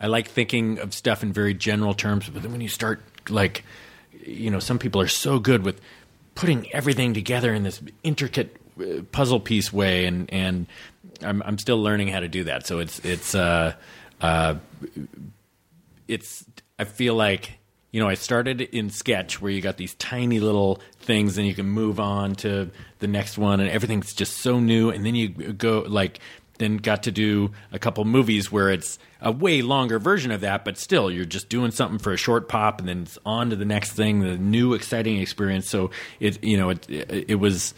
S6: I like thinking of stuff in very general terms, but then when you start like you know some people are so good with putting everything together in this intricate uh, puzzle piece way and and I'm I'm still learning how to do that. So it's it's uh uh it's I feel like you know I started in sketch where you got these tiny little things and you can move on to the next one and everything's just so new and then you go like then got to do a couple movies where it's a way longer version of that but still you're just doing something for a short pop and then it's on to the next thing the new exciting experience so it you know it it, it was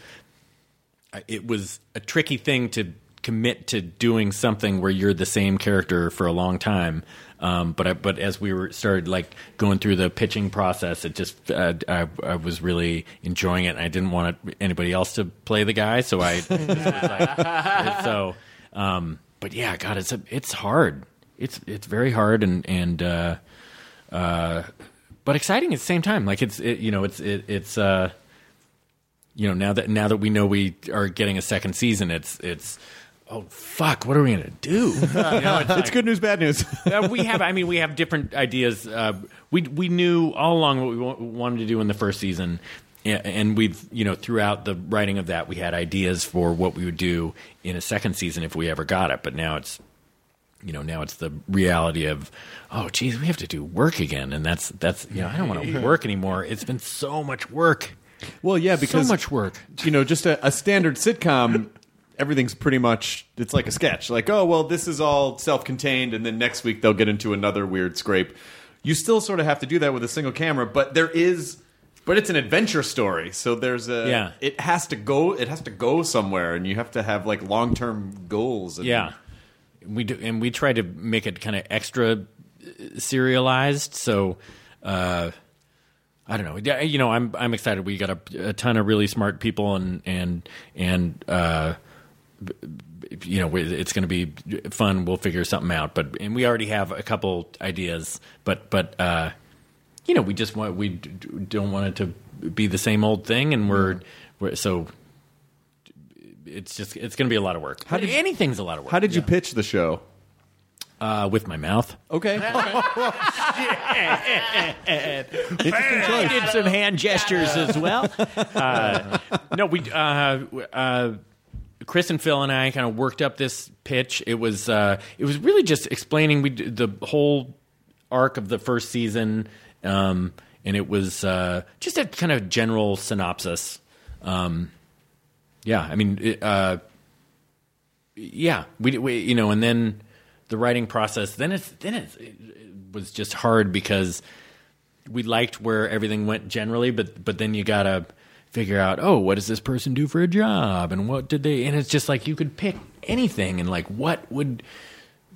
S6: it was a tricky thing to commit to doing something where you're the same character for a long time. Um, but I, but as we were started like going through the pitching process, it just uh, I, I was really enjoying it. And I didn't want it, anybody else to play the guy, so I it was like- so. Um, but yeah, God, it's a, it's hard. It's it's very hard and and uh, uh, but exciting at the same time. Like it's it, you know it's it, it's. Uh, you know now that now that we know we are getting a second season it's it's oh fuck what are we gonna do You know,
S2: It's good news, bad news.
S6: uh, we have i mean we have different ideas uh, we we knew all along what we wa- wanted to do in the first season Yeah, and we've you know throughout the writing of that we had ideas for what we would do in a second season if we ever got it but now it's you know now it's the reality of oh geez we have to do work again and that's that's you know i don't want to work anymore it's been so much work
S2: Well, yeah, because
S6: much work.
S2: You know, just a, a standard sitcom, everything's pretty much it's like a sketch. Like, oh well, this is all self-contained, and then next week they'll get into another weird scrape. You still sort of have to do that with a single camera, but there is, but it's an adventure story. So there's a,
S6: Yeah.
S2: it has to go, it has to go somewhere, and you have to have like long-term goals. And,
S6: Yeah, we do, and we try to make it kind of extra uh, serialized. So, uh, I don't know. Yeah, You know, I'm I'm excited. We got a, a ton of really smart people, and and and uh, b- b- you know, we- it's going to be fun. We'll figure something out. But and we already have a couple ideas. But but uh, you know, we just want we d- d- don't want it to be the same old thing, and we're, we're so. It's just it's going to be a lot of work. How did anything's a lot of work.
S2: How did you pitch the show?
S6: Uh, with my mouth.
S2: Okay.
S6: I did some hand gestures as well. Uh, no, we. Uh, w- uh, Chris and Phil and I kind of worked up this pitch. It was uh, it was really just explaining we d- the whole arc of the first season, um, and it was uh, just a kind of general synopsis. Um, yeah, I mean, it, uh, yeah, we, we you know, and then the writing process. Then it's then it's, it, it was just hard because we liked where everything went generally, but but then you gotta figure out oh what does this person do for a job and what did they and it's just like you could pick anything and like what would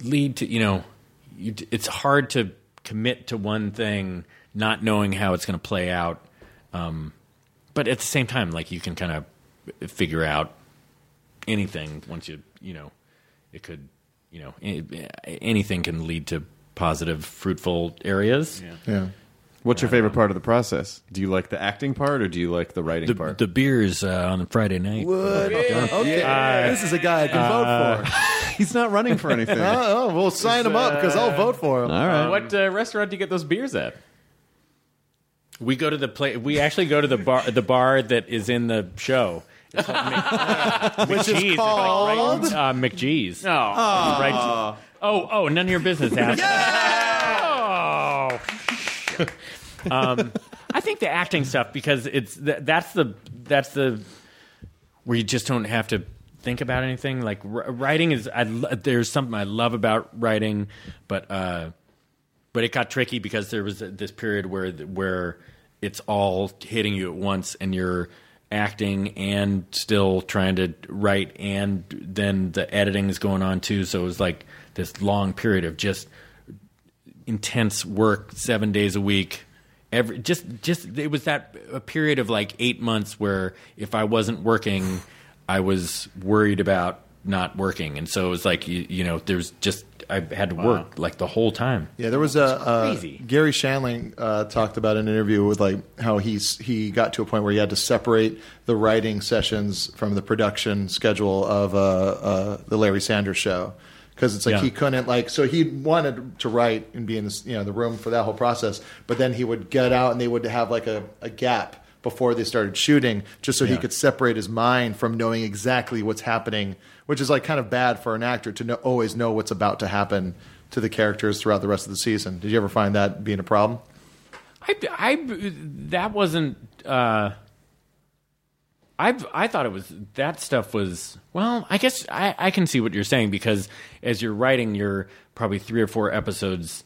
S6: lead to you know you, it's hard to commit to one thing not knowing how it's going to play out um, but at the same time like you can kind of figure out anything once you you know it could you know a- anything can lead to positive fruitful areas
S3: Yeah.
S2: What's your favorite part of the process? Do you like the acting part or do you like the writing
S6: the,
S2: part?
S6: the beers uh, on Friday night
S3: Wood. Okay. this is a guy I can
S6: Uh,
S3: vote for.
S2: He's not running for anything.
S3: oh, oh, we'll sign him up because
S6: uh,
S3: I'll vote for him.
S6: Um,
S9: What uh, restaurant do you get those beers at?
S6: We go to the play. We actually go to the bar. The bar that is in the show,
S3: Which is called. Ah.
S6: uh, McGee's. Oh,
S9: Aw.
S6: right. Oh, oh, none of your business. Ash. Oh, shit. um, I think the acting stuff because it's th- that's the that's the where you just don't have to think about anything. Like r- writing is, I lo- there's something I love about writing, but uh, but it got tricky because there was this period where th- where it's all hitting you at once, and you're acting and still trying to write, and then the editing is going on too. So it was like this long period of just intense work seven days a week. Every just just it was that a period of like eight months where if I wasn't working, I was worried about not working, and so it was like you, you know there's just I had to work like the whole time.
S3: Yeah, there was a uh,
S6: crazy.
S3: Gary Shanling uh, talked about in an interview with like how he's he got to a point where he had to separate the writing sessions from the production schedule of uh, uh, the Larry Sanders Show because it's like
S11: Yeah.
S3: he couldn't like so he wanted to write and be in this, you know the room for that whole process, but then he would get out and they would have like a, a gap before they started shooting just so he
S11: Yeah.
S3: could separate his mind from knowing exactly what's happening, which is like kind of bad for an actor to know, always know what's about to happen to the characters throughout the rest of the season. Did you ever find that being a problem?
S6: I, I that wasn't. Uh, I I thought it was that stuff was well. I guess I I can see what you're saying because as you're writing, you're probably three or four episodes.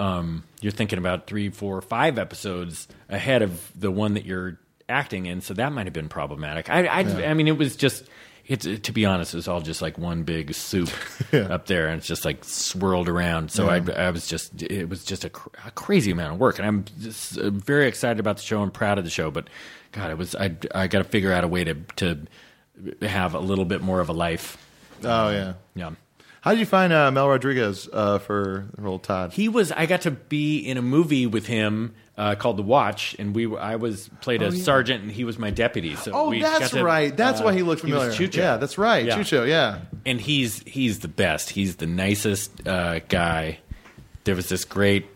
S6: Um, you're thinking about three, four, five episodes ahead of the one that you're acting in, so that might have been problematic. I I,
S11: Yeah.
S6: I mean, it was just. It's, to be honest, it was all just like one big soup up there, and it's just like swirled around. So
S11: Yeah.
S6: I, I was just, it was just a, cr- a crazy amount of work, and I'm just uh, very excited about the show. I'm proud of the show, but God, it was I, I got to figure out a way to to have a little bit more of a life.
S3: Oh yeah,
S6: yeah.
S3: How did you find uh, Mel Rodriguez uh, for the role of Todd?
S6: He was. I got to be in a movie with him uh, called The Watch, and we were- I was played
S3: Oh,
S6: a
S3: yeah.
S6: sergeant, and he was my deputy. So
S3: Oh,
S6: we
S3: that's
S6: got to, uh,
S3: right. That's why he looked
S6: was
S3: familiar.
S6: Chucho.
S3: Yeah, that's right. Chucho, yeah.
S6: And he's he's the best. He's the nicest uh, guy. There was this great.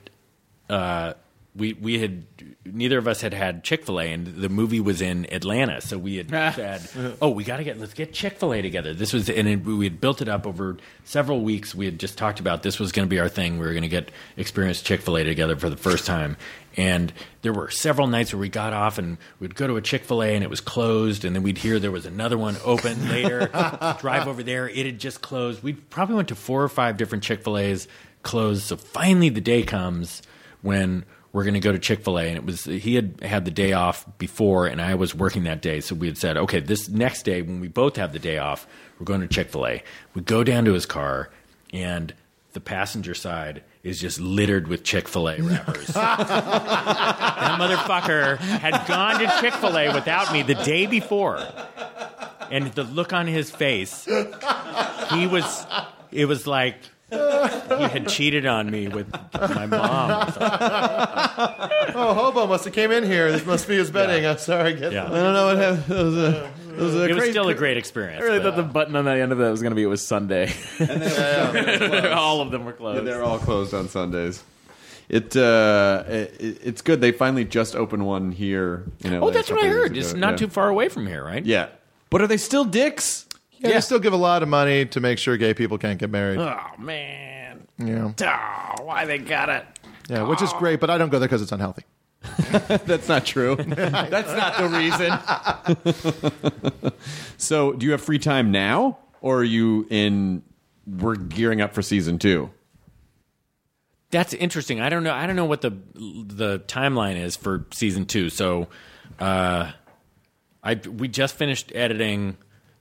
S6: Uh, we we had neither of us had had Chick Fil A, and the movie was in Atlanta, so we had said, "Oh, we got to get let's get Chick Fil A together." This was and it, we had built it up over several weeks. We had just talked about this was going to be our thing. We were going to get experience Chick Fil A together for the first time, and there were several nights where we got off and we'd go to a Chick Fil A and it was closed, and then we'd hear there was another one open later. drive over there, it had just closed. We probably went to four or five different Chick Fil A's closed. So finally, the day comes when we're going to go to Chick Fil A, and it was he had had the day off before, and I was working that day, so we had said, okay, this next day when we both have the day off, we're going to Chick Fil A. We go down to his car, and the passenger side is just littered with Chick Fil A wrappers. that motherfucker had gone to Chick Fil A without me the day before, and the look on his face, he was, it was like. He had cheated on me with my mom. or something.
S3: oh, Hobo must have came in here. This must be his betting. I'm sorry.
S6: Yeah.
S3: I don't know what happened. That was a, that was a
S6: it was
S3: crazy-
S6: still a great experience.
S9: I really
S6: but- uh,
S9: thought the button on the end of that was going to be it was Sunday.
S2: all
S9: of them were closed.
S2: they're all closed on Sundays. It, uh, it it's good. They finally just opened one here. In LA
S6: oh,
S2: a
S6: that's what
S2: couple
S6: I
S2: years
S6: heard.
S2: ago.
S6: It's not
S2: Yeah.
S6: too far away from here, right?
S2: Yeah, but are they still dicks?
S3: Yeah, they still give a lot of money to make sure gay people can't get married.
S6: Oh man.
S3: Yeah.
S6: Oh, why they got it?
S3: Yeah, which is great, but I don't go there because it's unhealthy.
S2: That's not true. That's not the reason. so, do you have free time now, or are you in? We're gearing up for season two.
S6: That's interesting. I don't know. I don't know what the the timeline is for season two. So, uh, I we just finished editing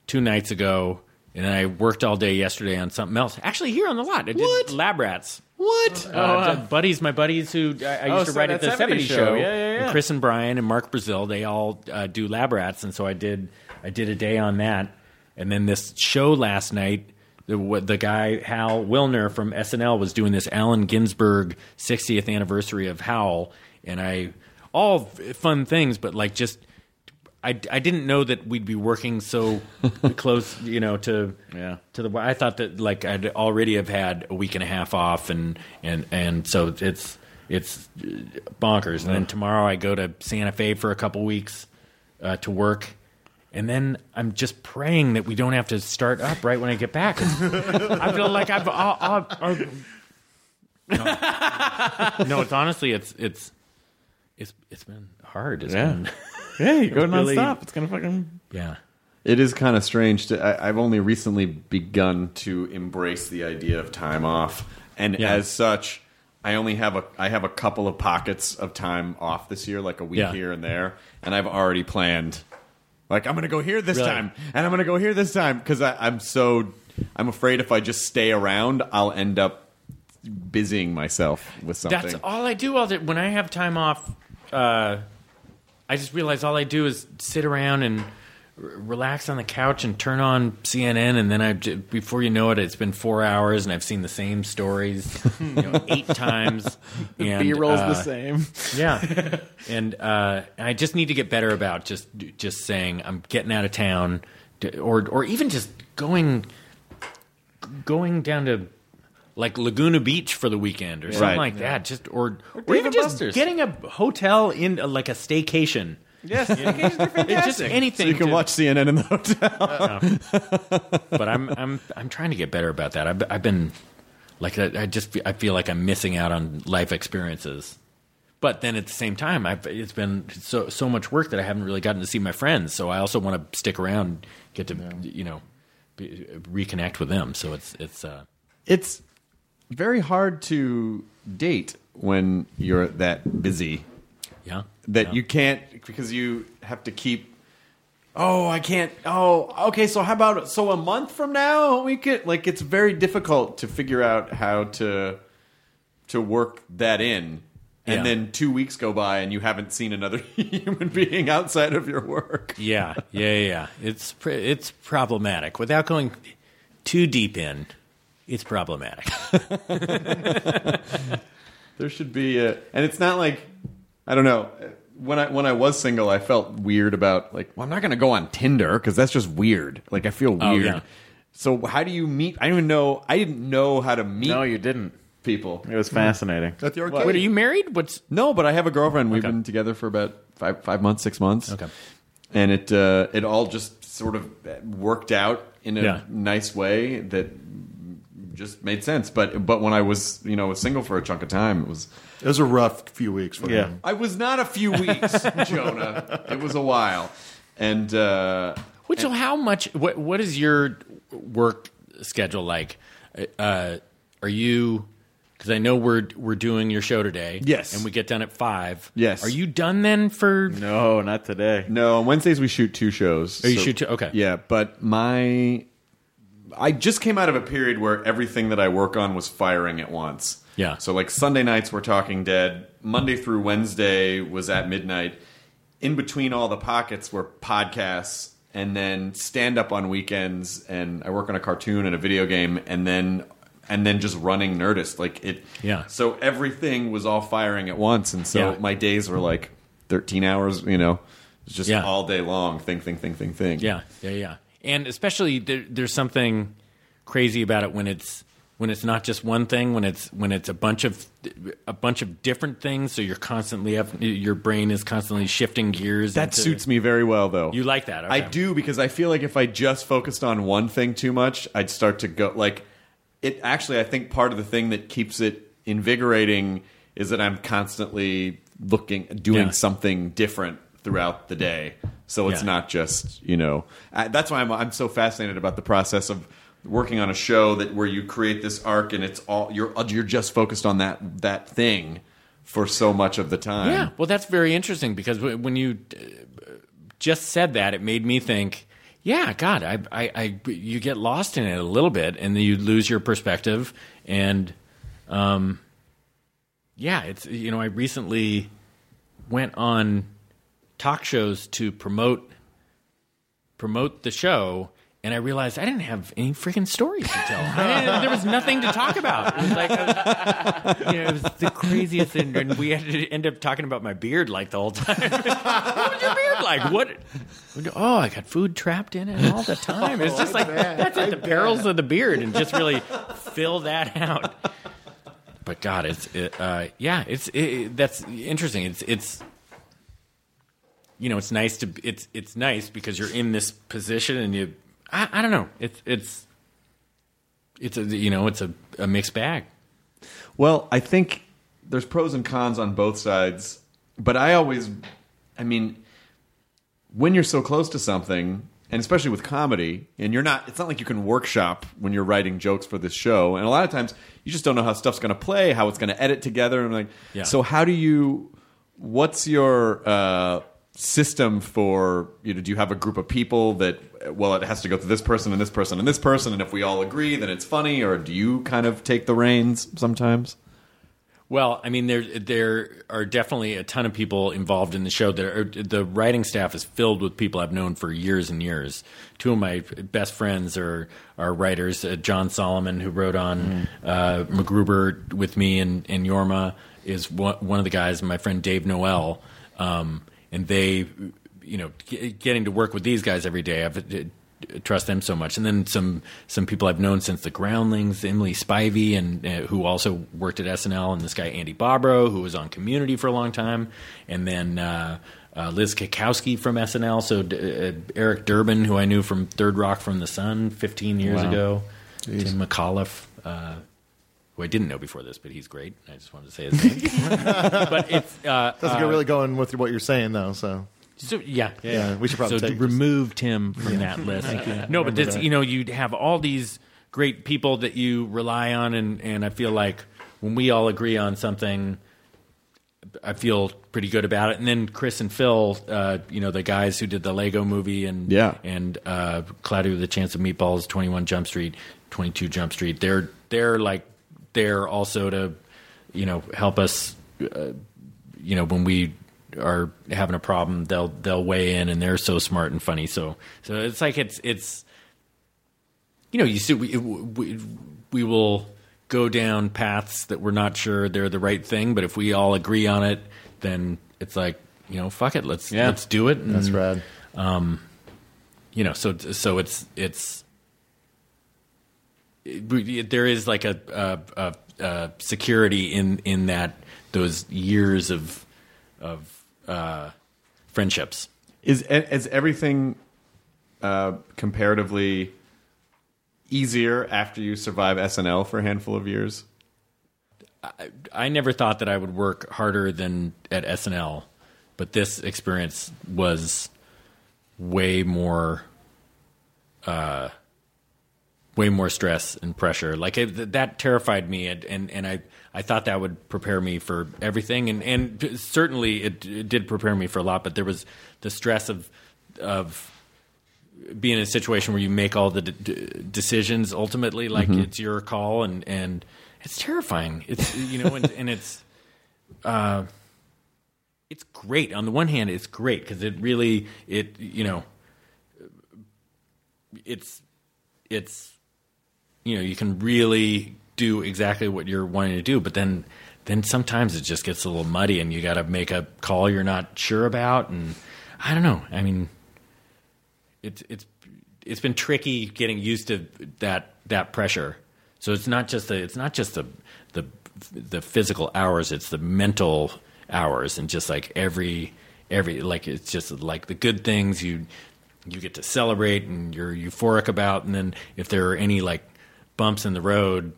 S6: two nights ago, and I worked all day yesterday on something else. Actually, here on the lot, I did Lab Rats.
S2: What?
S6: Uh, d- buddies, my buddies who I, I
S9: Oh,
S6: used to
S9: so
S6: write at the
S9: that
S6: 70s
S9: 70s
S6: show.
S9: show. Yeah, yeah,
S6: And
S9: yeah.
S6: Chris and Brian and Mark Brazil, they all uh, do lab rats, and so I did I did a day on that. And then this show last night, the, what- the guy Hal Wilner from SNL was doing this Allen Ginsberg 60th anniversary of Howl, and I all f- fun things, but like just. I, I didn't know that we'd be working so close, you know, to yeah. to the. I thought that like I'd already have had a week and a half off, and and and so it's it's bonkers. And then tomorrow I go to Santa Fe for a couple weeks uh, to work, and then I'm just praying that we don't have to start up right when I get back. I feel like I've. uh, I'll, I'll, I'll- no. no, it's honestly it's it's it's it's been hard. It's
S9: Yeah.
S6: been
S9: yeah, you go
S6: It's really-
S9: nonstop. It's gonna fucking
S6: yeah.
S2: It is kind of strange. To, I, I've only recently begun to embrace the idea of time off, and
S6: Yeah.
S2: as such, I only have a I have a couple of pockets of time off this year, like a week
S6: Yeah.
S2: here and there, and I've already planned. Like I'm gonna go here this
S6: Really?
S2: time, and I'm gonna go here this time because I'm so I'm afraid if I just stay around, I'll end up busying myself with something.
S6: That's all I do all day. When I have time off, uh, I just realize all I do is sit around and relax on the couch and turn on CNN, and then I j- before you know it, it's been four hours, and I've seen the same stories you know, eight times.
S9: The
S6: and,
S9: B-roll's the
S6: uh,
S9: same.
S6: Yeah, and uh, I just need to get better about just just saying I'm getting out of town, d- or or even just going going down to like Laguna Beach for the weekend or something
S4: Right.
S6: like
S4: Yeah.
S6: that. Just or or,
S4: Dave
S6: even
S4: and
S6: just
S4: Buster's.
S6: getting a hotel in uh, like a staycation.
S4: Yes,
S6: You know?
S4: staycations are
S6: It's just
S4: fantastic.
S6: anything.
S2: So you can
S6: to-
S2: watch CNN in the hotel.
S6: but I'm I'm I'm trying to get better about that. I've, I've been like I, I just I feel like I'm missing out on life experiences. But then at the same time, I've, it's been so so much work that I haven't really gotten to see my friends. So I also want to stick around, get to you know be, reconnect with them. So it's it's uh,
S2: It's very hard to date when you're that busy.
S6: Yeah.
S2: That you can't because you have to keep Oh, I can't. Oh, okay. So how about so a month from now we could like it's very difficult to figure out how to to work that in. And
S6: Yeah.
S2: then 2 weeks go by and you haven't seen another human being outside of your work.
S6: yeah yeah yeah, yeah. It's pr- it's problematic without going too deep in. It's problematic.
S2: There should be a, and it's not like I don't know. When I when I was single, I felt weird about like, well, I'm not going to go on Tinder because that's just weird. Like I feel
S6: Oh,
S2: weird.
S6: yeah.
S2: So how do you meet? I don't even know. I didn't know how to meet. No,
S9: you didn't.
S2: People.
S9: It was fascinating.
S3: At the
S2: arcade.
S6: Wait, are you married? What's
S2: No, but I have a girlfriend. We've been together for about five five months, six months.
S6: Okay.
S2: And it uh, it all just sort of worked out in a
S6: Yeah.
S2: nice way that just made sense. But but when I was you know was single for a chunk of time, it was
S3: it was a rough few weeks for
S2: yeah.
S3: him.
S2: I was not a few weeks, Jonah. It was a while, and uh,
S6: Which, so how much? What What is your work schedule like? Uh, are you? Because I know we're we're doing your show today.
S2: Yes.
S6: and we get done at five.
S2: Yes.
S6: Are you done then for?
S9: No, not today.
S2: No, on Wednesdays we shoot two shows.
S6: Oh, you shoot two- okay.
S2: Yeah, but my I just came out of a period where everything that I work on was firing at once.
S6: Yeah.
S2: So like Sunday nights were Talking Dead. Monday through Wednesday was at midnight. In between all the pockets were podcasts and then stand up on weekends and I work on a cartoon and a video game and then and then just running Nerdist like it
S6: Yeah.
S2: so everything was all firing at once and so
S6: Yeah.
S2: my days were like 13 hours, you know, it's just
S6: Yeah.
S2: all day long think think think think think.
S6: Yeah, yeah, yeah. And especially there, there's something crazy about it when it's when it's not just one thing. When it's when it's a bunch of a bunch of different things. So you're constantly up. Your brain is constantly shifting gears.
S2: That suits me very well, though.
S6: You like that? Okay.
S2: I do because I feel like if I just focused on one thing too much, I'd start to go like it actually I think part of the thing that keeps it invigorating is that I'm constantly looking doing
S6: Yeah.
S2: something different throughout the day. So it's
S6: Yeah.
S2: not just, you know, I, that's why I'm I'm so fascinated about the process of working on a show that where you create this arc and it's all you're you're just focused on that that thing for so much of the time.
S6: Yeah, well, that's very interesting because wh- when you uh, just said that, it made me think. Yeah, God, I, I, I, you get lost in it a little bit, and then you lose your perspective, and, um, yeah, it's you know, I recently went on talk shows to promote promote the show. And I realized I didn't have any freaking stories to tell. I didn't- there was nothing to talk about. It was like, you know, it was the craziest thing. And we had to end up talking about my beard like the whole time. what was your beard like? What? Oh, I got food trapped in it all the time. It's just like that's it, the perils of the beard, and just really fill that out. But God, it's it, uh, yeah, it's it, that's interesting. It's it's you know, it's nice to it's it's nice because you're in this position and you I, I don't know. It's it's it's a you know, it's a, a mixed bag.
S2: Well, I think there's pros and cons on both sides, but I always, I mean, when you're so close to something, and especially with comedy, and you're not, it's not like you can workshop when you're writing jokes for this show. And a lot of times, you just don't know how stuff's going to play, how it's going to edit together, and like,
S6: Yeah.
S2: so how do you? What's your uh, system for? You know, do you have a group of people that? Well, it has to go through this person and this person and this person, and if we all agree, then it's funny. Or do you kind of take the reins sometimes?
S6: Well, I mean, there there are definitely a ton of people involved in the show. That are, the writing staff is filled with people I've known for years and years. Two of my best friends are are writers. Uh, John Solomon, who wrote on uh, MacGruber with me, and and Yorma is one, one of the guys. And my friend Dave Noel, um, and they, you know, g- getting to work with these guys every day. I've uh, trust them so much. And then some some people I've known since the Groundlings, Emily Spivey, and uh, who also worked at SNL, and this guy Andy Bobro, who was on Community for a long time, and then. Uh, uh, Liz Kakowski from SNL, so d- uh, Eric Durbin, who I knew from Third Rock from the Sun 15 years
S10: Wow.
S6: ago,
S10: Jeez.
S6: Tim McAuliffe, uh, who I didn't know before this, but he's great. I just wanted to say his name. but it's uh,
S3: Doesn't get
S6: uh,
S3: really going with what you're saying though. So
S6: so yeah,
S3: yeah, we should probably
S6: so
S3: take
S6: remove Tim from that list.
S3: Thank you.
S6: No, but
S3: Remember
S6: this,
S3: that.
S6: you know, you'd have all these great people that you rely on, and and I feel like when we all agree on something, I feel pretty good about it. And then Chris and Phil, uh, you know, the guys who did the Lego Movie and
S2: Yeah.
S6: and uh, Cloudy with a Chance of Meatballs, Twenty One Jump Street, Twenty Two Jump Street. They're they're like there also to you know help us. Uh, you know when we are having a problem, they'll they'll weigh in, and they're so smart and funny. So so it's like it's it's you know, you see, we, we, we will go down paths that we're not sure they're the right thing, but if we all agree on it, then it's like, you know, fuck it, let's
S3: Yeah.
S6: let's do it.
S3: That's rad.
S6: Um, you know, so so it's it's it- we- it- there is like a, a, a, a security in in that those years of of uh, friendships.
S2: Is is everything uh, comparatively easier after you survive SNL for a handful of years?
S6: I never thought that I would work harder than at SNL, but this experience was way more, uh, way more stress and pressure. Like it, th- that terrified me, and, and and I I thought that would prepare me for everything, and and certainly it, it did prepare me for a lot. But there was the stress of of being in a situation where you make all the d- d- decisions ultimately like
S10: Mhm.
S6: it's your call and and it's terrifying it's you know and, and it's uh it's great on the one hand it's great because it really it you know it's it's you know you can really do exactly what you're wanting to do but then then sometimes it just gets a little muddy and you got to make a call you're not sure about and i don't know i mean it's it's it's been tricky getting used to that that pressure. So it's not just the it's not just the the the physical hours, it's the mental hours and just like every every like it's just like the good things you you get to celebrate and you're euphoric about and then if there are any like bumps in the road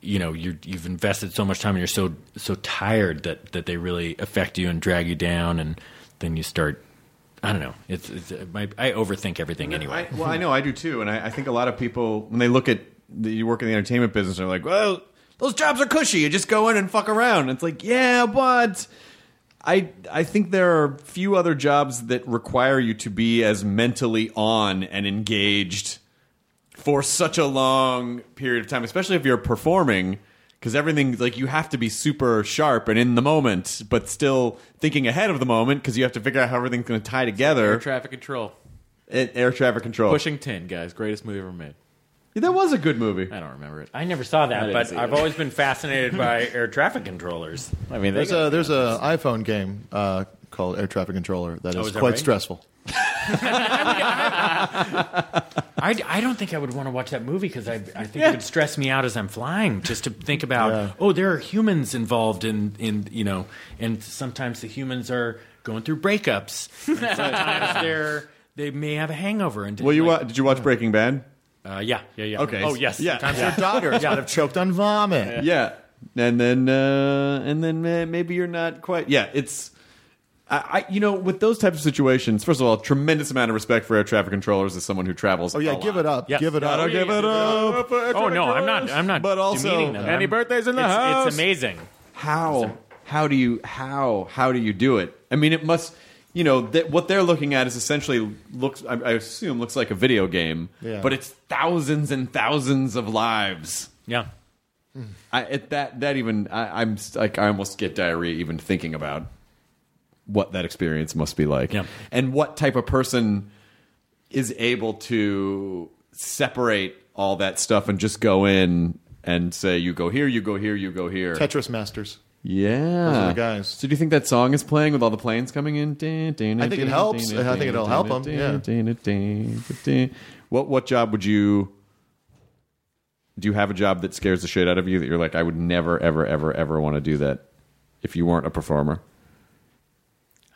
S6: you know you you've invested so much time and you're so so tired that that they really affect you and drag you down and then you start I don't know. It's, it's my, I overthink everything anyway.
S2: I, well, I know I do too, and I, I think a lot of people when they look at the, you work in the entertainment business, they're like, "Well, those jobs are cushy. You just go in and fuck around." It's like, yeah, but I I think there are few other jobs that require you to be as mentally on and engaged for such a long period of time, especially if you're performing. Because everything, like, you have to be super sharp and in the moment, but still thinking ahead of the moment because you have to figure out how everything's going to tie together.
S9: Air traffic control.
S2: It- air traffic control.
S9: Pushing 10, guys. Greatest movie ever made.
S2: Yeah, that was a good movie.
S9: I don't remember it.
S6: I never
S9: I
S6: saw that,
S9: didn't
S6: but
S9: see
S6: I've
S9: it.
S6: always been fascinated by air traffic controllers.
S9: I mean,
S3: there's a there's a iPhone game uh, called Air Traffic Controller that is,
S6: Oh, is that
S3: quite
S6: right?
S3: stressful.
S6: I, I don't think I would want to watch that movie because I, I think it would stress me out as I'm flying just to think about oh there are humans involved in in you know and sometimes the humans are going through breakups and sometimes they're they may have a hangover and
S2: Well, you wa- did you watch Breaking Bad?
S6: uh, yeah yeah yeah
S2: Okay.
S6: oh yes
S2: Yeah.
S6: sometimes
S2: Your
S6: they're-
S3: Daughter
S6: yeah.
S3: might have choked on vomit.
S2: Yeah, and then uh, and then uh, maybe you're not quite. Yeah, it's. I, I you know with those types of situations, first of all, tremendous amount of respect for air traffic controllers as someone who travels.
S3: Oh yeah, give it up,
S2: Yes. Oh,
S3: give it up,
S2: Gotta give it up. for air
S6: oh no
S2: traffic
S6: I'm not I'm not
S2: But also-
S6: demeaning them.
S2: Any
S6: I'm-
S2: birthdays in the
S6: it's,
S2: house?
S6: it's amazing
S2: how how do you how how do you do it i mean it must you know that what they're looking at is essentially looks i, I assume looks like a video game
S6: Yeah.
S2: but it's thousands and thousands of lives
S6: yeah
S2: I, it, that that even I, I'm s- like I almost get diarrhea even thinking about what that experience must be like, and what type of person is able to separate all that stuff and just go in and say, "You go here, you go here, you go here."
S3: Tetris Masters.
S2: Yeah,
S3: Those are the guys.
S2: So do you think that song is playing with all the planes coming in?
S3: I think it helps. I think it'll help 'em,
S2: Yeah. What what job would you? Do you have a job that scares the shit out of you that you're like, I would never, ever, ever, ever want to do that if you weren't a performer?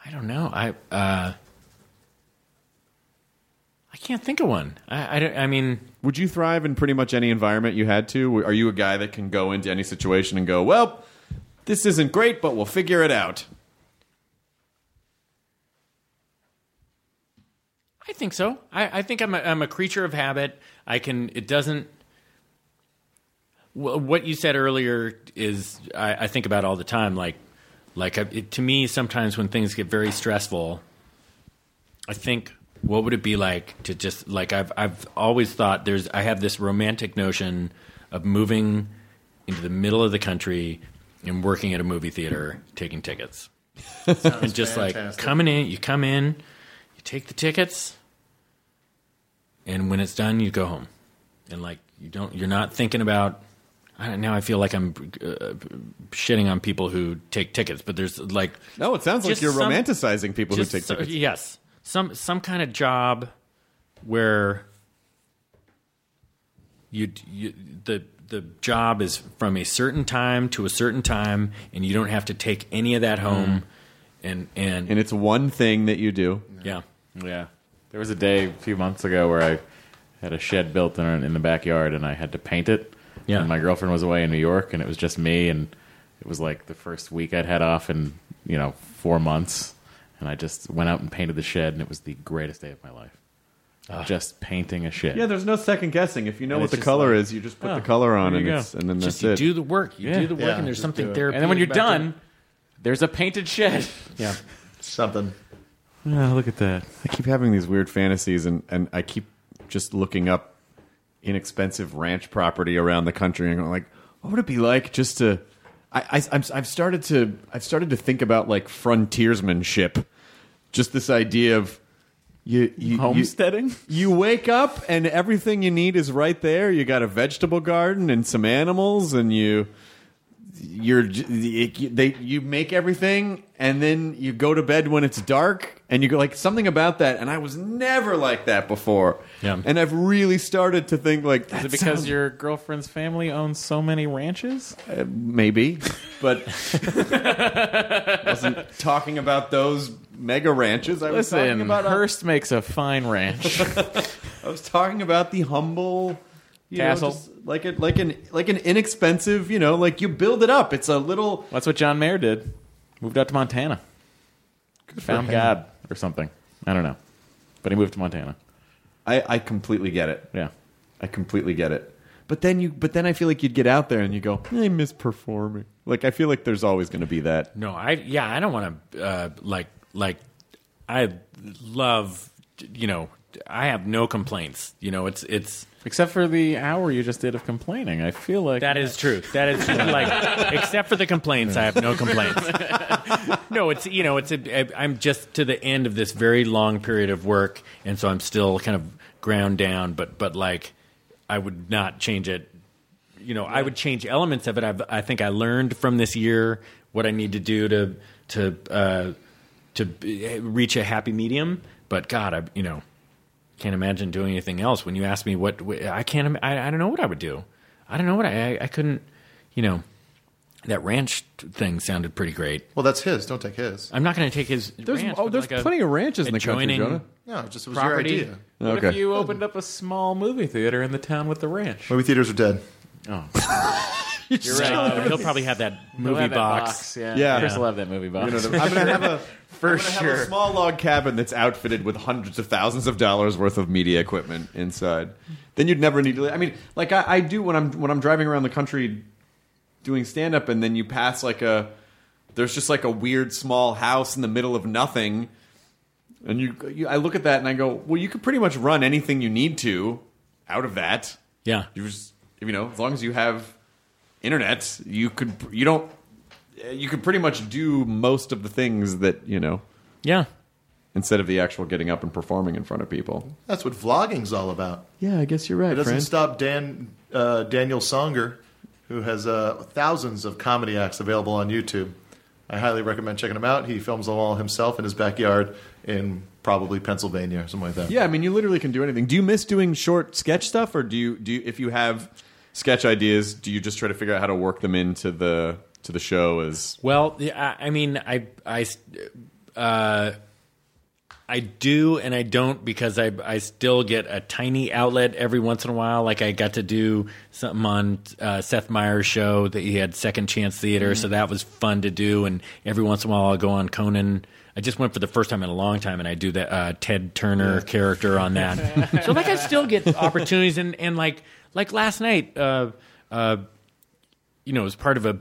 S6: I don't know. I uh, I can't think of one. I, I, don't- I mean,
S2: Would you thrive in pretty much any environment you had to? Are you a guy that can go into any situation and go, well, this isn't great, but we'll figure it out?
S6: I think so. I, I think I'm a, I'm a creature of habit. I can. It doesn't. Wh- What you said earlier is I, I think about all the time. Like, like I, it, to me, sometimes when things get very stressful, I think what would it be like to just like I've I've always thought there's I have this romantic notion of moving into the middle of the country and working at a movie theater taking tickets and just like
S10: fantastic.
S6: coming in you come in you take the tickets and when it's done you go home and like you don't you're not thinking about I don't, now I feel like I'm uh, shitting on people who take tickets but there's like
S2: No, it sounds like
S6: just
S2: you're
S6: some-
S2: romanticizing people who
S6: just
S2: take
S6: so-
S2: tickets.
S6: Yes, some some kind of job where you, you the the job is from a certain time to a certain time, and you don't have to take any of that home.
S9: Mm.
S6: And and
S2: and it's one thing that you do.
S6: Yeah.
S9: Yeah. There was a day a few months ago where I had a shed built in, in the backyard and I had to paint it.
S6: Yeah.
S9: And my girlfriend was away in New York and it was just me and it was like the first week I'd had off in, you know, 4 months and I just went out and painted the shed and it was the greatest day of my life. Just painting a shed.
S2: Yeah, there's no second guessing. If you know
S9: And
S2: what
S9: it's
S2: the
S9: just
S2: color
S9: like,
S2: is, you just put
S9: oh,
S2: the color on,
S9: there
S2: and
S9: you go.
S2: it's, and then
S6: Just
S2: that's it.
S6: you do the work. You do the work, and there's something therapeutic.
S9: And then when you're
S6: about
S9: done, there's a painted shed.
S6: Yeah.
S3: Something.
S9: Yeah, Oh, look at that.
S2: I keep having these weird fantasies, and, and I keep just looking up inexpensive ranch property around the country, and going like, what would it be like just to? I, I I'm, I've started to I've started to think about like frontiersmanship, just this idea of you, you you-
S9: Homesteading?
S2: You, wake up and everything you need is right there. You got a vegetable garden and some animals, and you you're j- they you make everything and then you go to bed when it's dark and you go like something about that and I was never like that before. Yeah. And I've really started to think like
S9: Is it because your girlfriend's family owns so many ranches?
S2: uh, maybe, but wasn't talking about those mega ranches. I was
S9: Listen,
S2: talking
S6: uh,
S2: about
S9: Hearst makes a fine ranch.
S2: I was talking about the humble you know,
S9: Castle.
S2: just like it like an like an inexpensive, you know, like you build it up. It's a little
S9: That's what John Mayer did. Moved out to Montana. Found
S2: him.
S9: God or something. I don't know. But he moved to Montana.
S2: I, I completely get it.
S9: Yeah.
S2: I completely get it. But then you but then I feel like you'd get out there and you go, I miss performing. Like I feel like there's always gonna be that.
S6: No, I yeah, I don't want to uh, like like I love you know I have no complaints. You know, it's it's
S9: Except for the hour you just did of complaining. I feel like
S6: that is true. That is true. like except for the complaints, I have no complaints. no, it's you know it's a, I, I'm just to the end of this very long period of work, and so I'm still kind of ground down. But but like I would not change it. You know, I would change elements of it. I've, I think I learned from this year what I need to do to to uh, to be- reach a happy medium. But God, I you know can't imagine doing anything else. When you ask me what wh- I can't, im- I, I don't know what I would do. I don't know what I, I, I couldn't. You know, that ranch thing sounded pretty great.
S3: Well, that's his. Don't take his.
S6: I'm not going to take his.
S2: There's-
S6: ranch,
S2: oh,
S6: but
S2: there's
S6: like a
S2: plenty of ranches in the country,
S6: adjoining
S2: Jonah.
S3: No, just it was
S9: property.
S3: your idea.
S9: What if
S2: Okay.
S9: you opened up a small movie theater in the town with the ranch?
S3: Movie theaters are dead.
S9: Oh.
S6: You're right. Uh, he'll probably have that movie box.
S9: Yeah.
S2: Yeah.
S9: Chris will have that movie box.
S2: You know, the- I'm gonna have a-
S9: for
S2: I'm gonna have
S9: sure.
S2: a small log cabin that's outfitted with hundreds of thousands of dollars worth of media equipment inside. Then you'd never need to. I mean, like I, I do when I'm when I'm driving around the country doing stand up, and then you pass like a there's just like a weird small house in the middle of nothing, and you, you I look at that and I go, well, you could pretty much run anything you need to out of that.
S6: Yeah.
S2: you just you know as long as you have internet, you could you don't you could pretty much do most of the things that you know.
S6: Yeah.
S2: Instead of the actual getting up and performing in front of people.
S3: That's what vlogging's all about.
S2: Yeah, I guess you're right,
S3: It doesn't
S2: friend.
S3: stop Dan uh, Daniel Songer, who has uh, thousands of comedy acts available on YouTube. I highly recommend checking him out. He films them all himself in his backyard in probably Pennsylvania or something like that.
S2: Yeah, I mean, you literally can do anything. Do you miss doing short sketch stuff, or do you do you, if you have sketch ideas, do you just try to figure out how to work them into the to the show? As
S6: Well, yeah, I, I mean, I, I, uh, I do and I don't because I, I still get a tiny outlet every once in a while. Like I got to do something on uh, Seth Meyers' show that he had Second Chance Theater,
S10: Mhm.
S6: so that was fun to do. And every once in a while, I'll go on Conan. I just went for the first time in a long time, and I do that uh, Ted Turner character on that. so like, I still get opportunities, and and like like last night. Uh, uh, you know, it was part of a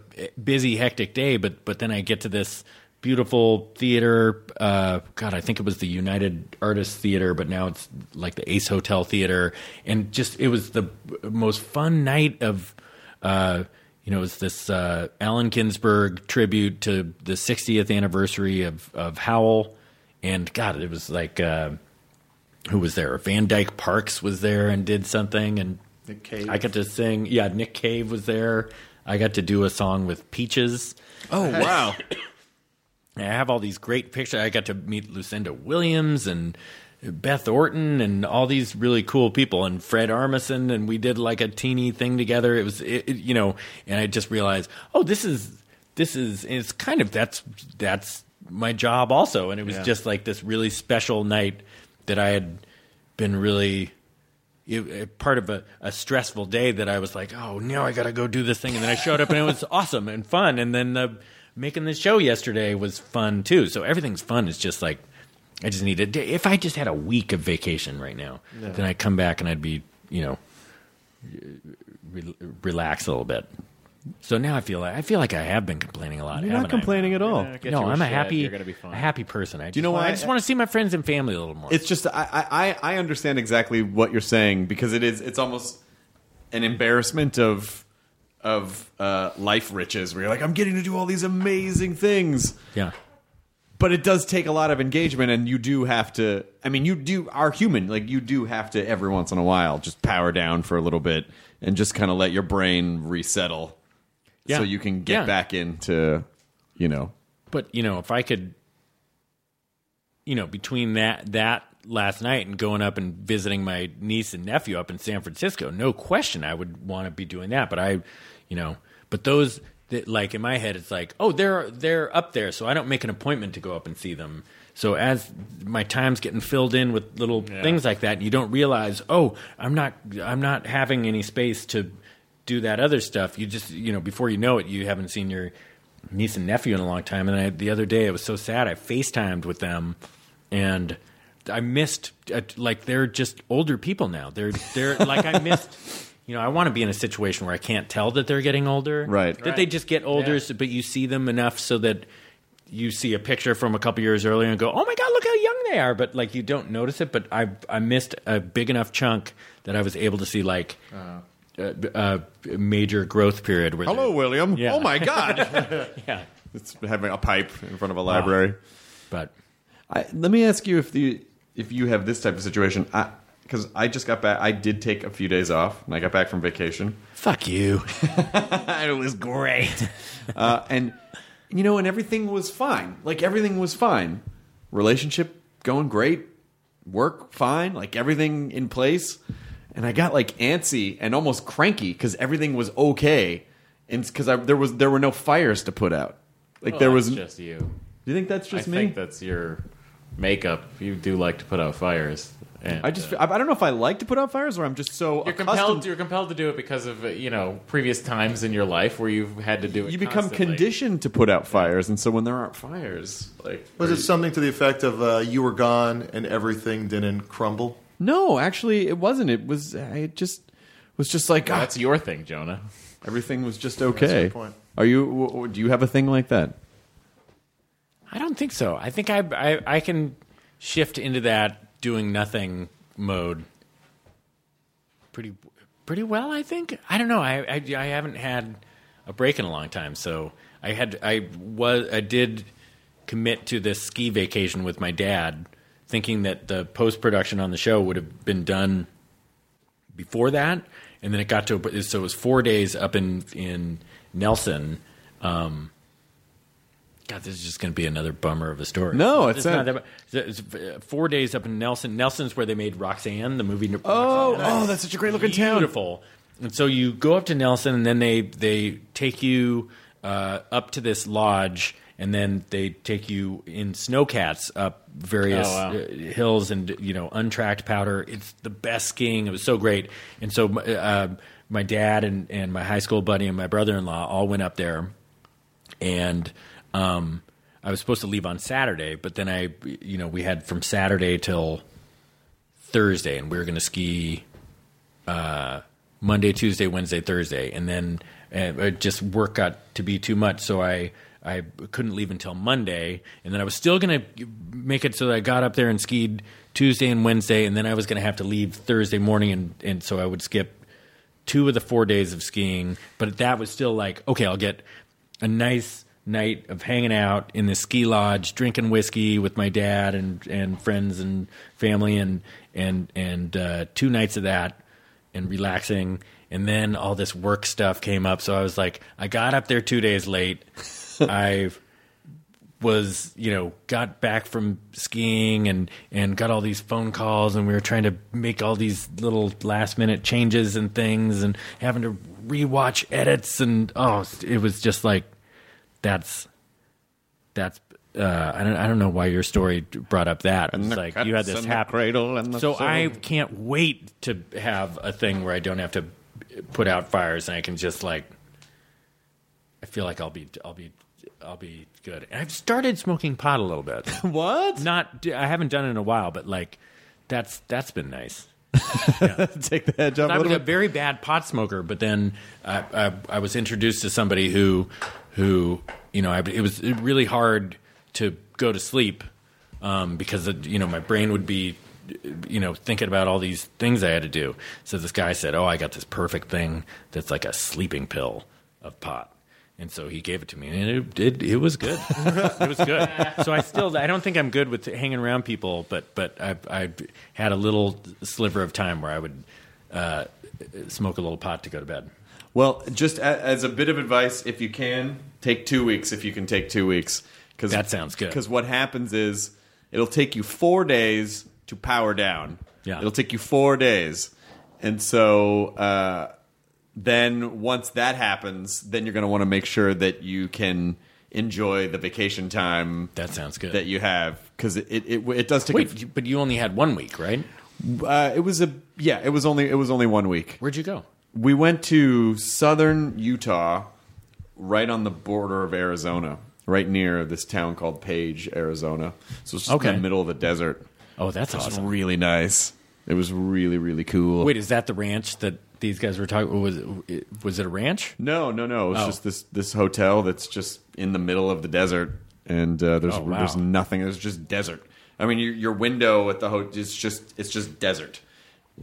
S6: busy, hectic day, but but then I get to this beautiful theater. Uh, God, I think it was the United Artists Theater, but now it's like the Ace Hotel Theater, and just it was the most fun night of. Uh, you know, it was this uh, Allen Ginsberg tribute to the 60th anniversary of of Howl, and God, it was like uh, who was there? Van Dyke Parks was there and did something, and
S3: Nick Cave.
S6: I got to sing. Yeah, Nick Cave was there. I got to do a song with Peaches.
S2: Oh, wow.
S6: I have all these great pictures. I got to meet Lucinda Williams and Beth Orton and all these really cool people and Fred Armisen and we did like a teeny thing together. It was it, it- you know, and I just realized, oh, this is this is it's kind of that's that's my job also. And it was
S10: Yeah.
S6: just like this really special night that I had been really it, it- part of a, a stressful day that I was like, oh, now I got to go do this thing. And then I showed up and it was awesome and fun. And then uh, making the show yesterday was fun too. So everything's fun. It's just like, I just need a day. If I just had a week of vacation right now,
S10: Yeah.
S6: then I'd come back and I'd be, you know, re- relax a little bit. So now I feel like I feel like I have been complaining a lot.
S10: You're not
S6: haven't I?
S10: complaining at all. Get
S6: No,
S10: you a
S6: I'm a
S10: shed,
S6: happy,
S10: you're gonna be fine.
S6: a happy person. I
S10: Do you
S6: just-
S10: know why-
S6: I just want to see my friends and family a little more.
S2: It's just I, I I understand exactly what you're saying because it is it's almost an embarrassment of of uh, life riches where you're like I'm getting to do all these amazing things.
S6: Yeah.
S2: But it does take a lot of engagement, and you do have to. I mean, you do are human. Like you do have to every once in a while just power down for a little bit and just kind of let your brain resettle,
S6: Yeah.
S2: so you can get
S6: Yeah.
S2: back into you know
S6: But you know, if I could, you know, between that that last night and going up and visiting my niece and nephew up in San Francisco, no question, I would want to be doing that. But I, you know, but those that like in my head, it's like, oh, they're they're up there, so I don't make an appointment to go up and see them. So as my time's getting filled in with little things like that, and you don't realize, oh, I'm not I'm not having any space to do that other stuff. You just you know before you know it, you haven't seen your niece and nephew in a long time. And I, the other day, it was so sad. I FaceTimed with them, and I missed uh, like they're just older people now. They're they're like I missed. You know, I want to be in a situation where I can't tell that they're getting older.
S2: Right.
S6: That they just get older, so, but you see them enough so that you see a picture from a couple years earlier and go, "Oh my god, look how young they are!" But like you don't notice it. But I I missed a big enough chunk that I was able to see like a, a major growth period. Where
S2: Hello, William.
S6: Yeah.
S2: Oh my God.
S6: yeah.
S2: It's having a pipe in front of a library.
S6: But
S2: I, let me ask you if the if you have this type of situation, because I, just got back. I did take a few days off, and I got back from vacation.
S6: Fuck you.
S2: it was great. uh, and you know, and everything was fine. Like everything was fine. Relationship going great. Work fine. Like everything in place. And I got like antsy and almost cranky because everything was okay, and because there was there were no fires to put out. Like
S9: Well,
S2: there
S9: Oh, that's
S2: was
S9: just you.
S2: You think that's just
S9: I
S2: me?
S9: think that's your makeup. You do like to put out fires. And,
S2: I just I, I don't know if I like to put out fires or I'm just so
S9: you're compelled. You're compelled to do it because of uh, you know previous times in your life where you've had to do it.
S2: You become
S9: constantly.
S2: conditioned to put out fires, and so when there aren't fires, like
S3: Was it something to the effect of uh, "You were gone and everything didn't crumble"?
S2: no, actually, it wasn't. It was I just was just like "Ah,
S9: Well, that's your thing, Jonah.
S2: Everything was just
S9: That's
S2: okay.
S9: a good point.
S2: Are you? w- w- Do you have a thing like that?
S6: I don't think so. I think I, I I can shift into that doing nothing mode pretty pretty well. I think I don't know. I I, I haven't had a break in a long time, so I had I was I did commit to this ski vacation with my dad, thinking that the post production on the show would have been done before that, and then it got to so it was four days up in in Nelson. Um, God, this is just going to be another bummer of a story.
S2: No, it's not.
S6: not that. bu- It's uh, four days up in Nelson. Nelson's where they made Roxanne, the movie.
S2: Oh,
S6: Roxanne.
S2: oh, that's such a great looking town.
S6: beautiful. And so you go up to Nelson, and then they they take you uh, up to this lodge, and then they take you in snowcats up various
S9: Oh, wow.
S6: uh, hills and you know untracked powder. It's the best skiing. It was so great. And so uh, my dad and and my high school buddy and my brother in law all went up there, and um, I was supposed to leave on Saturday, but then I you know we had from Saturday till Thursday, and we were going to ski uh, Monday, Tuesday, Wednesday, Thursday, and then uh, it just work got to be too much, so I I couldn't leave until Monday, and then I was still going to make it so that I got up there and skied Tuesday and Wednesday, and then I was going to have to leave Thursday morning, and and so I would skip two of the four days of skiing, but that was still like, okay, I'll get a nice night of hanging out in the ski lodge, drinking whiskey with my dad and, and friends and family and and and uh, two nights of that and relaxing. And then all this work stuff came up, so I was like, I got up there two days late. I was you know got back from skiing and and got all these phone calls and we were trying to make all these little last minute changes and things and having to rewatch edits and oh it was just like that's that's uh, I don't I don't know why your story brought up that. It's like you had
S2: cats
S6: this
S2: and the
S6: happen.
S2: cradle and the
S6: so
S2: soul.
S6: I can't wait to have a thing where I don't have to put out fires and I can just like I feel like I'll be I'll be I'll be good. And I've started smoking pot a little bit.
S2: what?
S6: Not I haven't done it in a while, but like that's that's been nice.
S2: Take the edge off
S6: I
S2: a
S6: was
S2: little
S6: a very bad pot smoker, but then I, I, I was introduced to somebody who, who you know, I, it was really hard to go to sleep um, because uh, you know my brain would be, you know, thinking about all these things I had to do. So this guy said, "Oh, I got this perfect thing that's like a sleeping pill of pot." And so he gave it to me, and it it, it was good. it was good. So I still I don't think I'm good with hanging around people, but but I I had a little sliver of time where I would uh, smoke a little pot to go to bed.
S2: Well, just a, as a bit of advice, if you can, take two weeks. If you can take two weeks, because
S6: That sounds good.
S2: Because what happens is it'll take you four days to power down.
S6: Yeah.
S2: it'll take you four days, and so uh, then once that happens, then you're going to want to make sure that you can enjoy the vacation time.
S6: That sounds good.
S2: That you have because it, it it it does take.
S6: Wait, you- but you only had one week, right?
S2: Uh, it was a yeah. It was only it was only one week.
S6: Where'd you go?
S2: We went to southern Utah, right on the border of Arizona, right near this town called Page, Arizona. So it's just in
S6: Okay.
S2: the middle of the desert.
S6: Oh, that's
S2: It was
S6: awesome.
S2: Really nice. It was really really cool.
S6: Wait, is that the ranch that these guys were talking? Was it, was it a ranch?
S2: No, no, no. It was
S6: Oh.
S2: just this this hotel that's just in the middle of the desert, and uh, there's
S6: Oh, wow.
S2: there's nothing. There's just desert. I mean, your your window at the hotel is just it's just desert,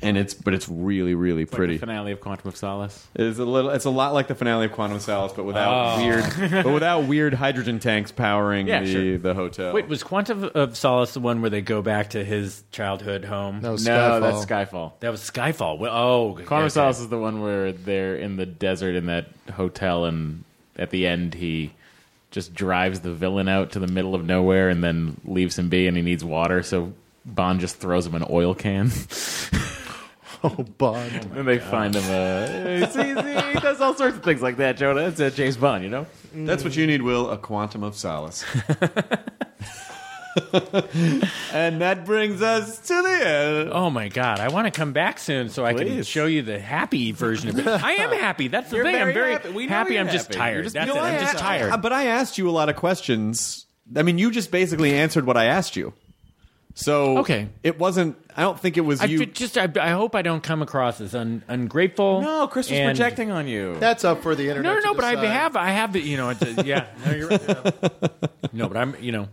S2: and it's but it's really really pretty.
S9: finale of Quantum of Solace.
S2: It's a little. It's a lot like the finale of Quantum Solace, but without
S6: Oh.
S2: weird, but without weird hydrogen tanks powering
S6: Yeah,
S2: the,
S6: sure.
S2: the hotel.
S6: Wait, was Quantum of Solace the one where they go back to his childhood home?
S9: No, Skyfall. that's Skyfall.
S6: That was Skyfall. Well, oh,
S9: Quantum
S6: okay.
S9: of Solace is the one where they're in the desert in that hotel, and at the end he just drives the villain out to the middle of nowhere and then leaves him be, and he needs water, so Bond just throws him an oil can.
S3: Oh, Bond.
S9: and they find him a. It's easy. He does all sorts of things like that, Jonah. It's a James Bond, you know?
S2: Mm. That's what you need, Will. A quantum of solace. and that brings us to the end.
S6: Oh my God! I want to come back soon so I can show you the happy version of it. I am happy. That's the
S9: You're
S6: thing.
S9: very
S6: I'm very
S9: happy.
S6: happy.
S9: We know you're
S6: I'm just
S9: happy. You're
S6: tired.
S9: just-
S6: That's
S9: you
S6: it.
S9: know,
S6: I'm
S9: I
S6: just
S9: asked-
S6: tired.
S2: Uh, But I asked you a lot of questions. I mean, you just basically answered what I asked you. So
S6: Okay.
S2: it wasn't. I don't think it was
S6: I
S2: you.
S6: ju- just I, I hope I don't come across as un, ungrateful.
S2: No, Chris was projecting
S9: on you.
S3: That's up for the
S6: No,
S3: internet.
S6: no,
S3: to
S6: no. But I
S3: decide.
S6: have, I have, you know, it's a, yeah. No, you're right. No, but I'm, you know,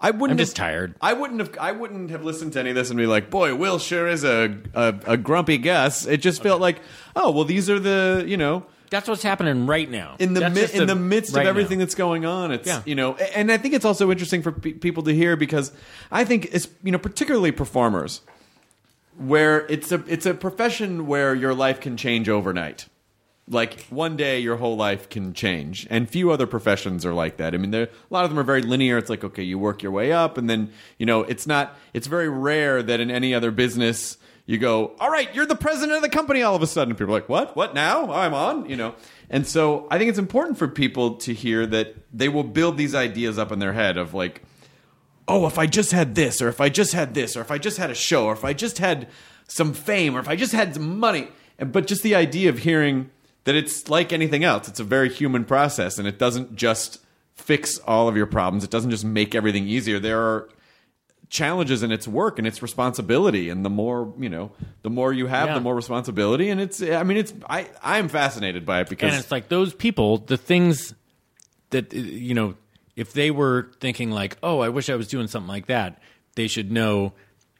S2: I wouldn't.
S6: I'm
S2: have-
S6: just tired.
S2: I wouldn't have. I wouldn't have listened to any of this and be like, "Boy, Will sure is a a, a grumpy Gus." It just felt like, "Oh, well, these are the you know
S6: That's what's happening right now.
S2: in the
S6: That's
S2: mi-
S6: just
S2: in
S6: a-
S2: the midst
S6: right
S2: of
S6: now.
S2: everything that's going on. It's
S6: Yeah.
S2: you know, a- and I think it's also interesting for pe- people to hear because I think it's you know particularly performers where it's a it's a profession where your life can change overnight. Like one day, your whole life can change, and few other professions are like that. I mean, there, a lot of them are very linear. It's like okay, you work your way up, and then you know, it's not. It's very rare that in any other business you go, all right, you're the president of the company all of a sudden. People are like, what? What now? Oh, I'm on, you know. And so I think it's important for people to hear that they will build these ideas up in their head of like, oh, if I just had this, or if I just had this, or if I just had a show, or if I just had some fame, or if I just had some money. And- But just the idea of hearing that it's like anything else, it's a very human process, and it doesn't just fix all of your problems, it doesn't just make everything easier. There are challenges in its work and its responsibility and the more you know the more you have
S6: Yeah.
S2: the more responsibility and it's i mean it's i i'm fascinated by it because
S6: and it's like those people, the things that uh, you know, if they were thinking like, "Oh, I wish I was doing something like that," they should know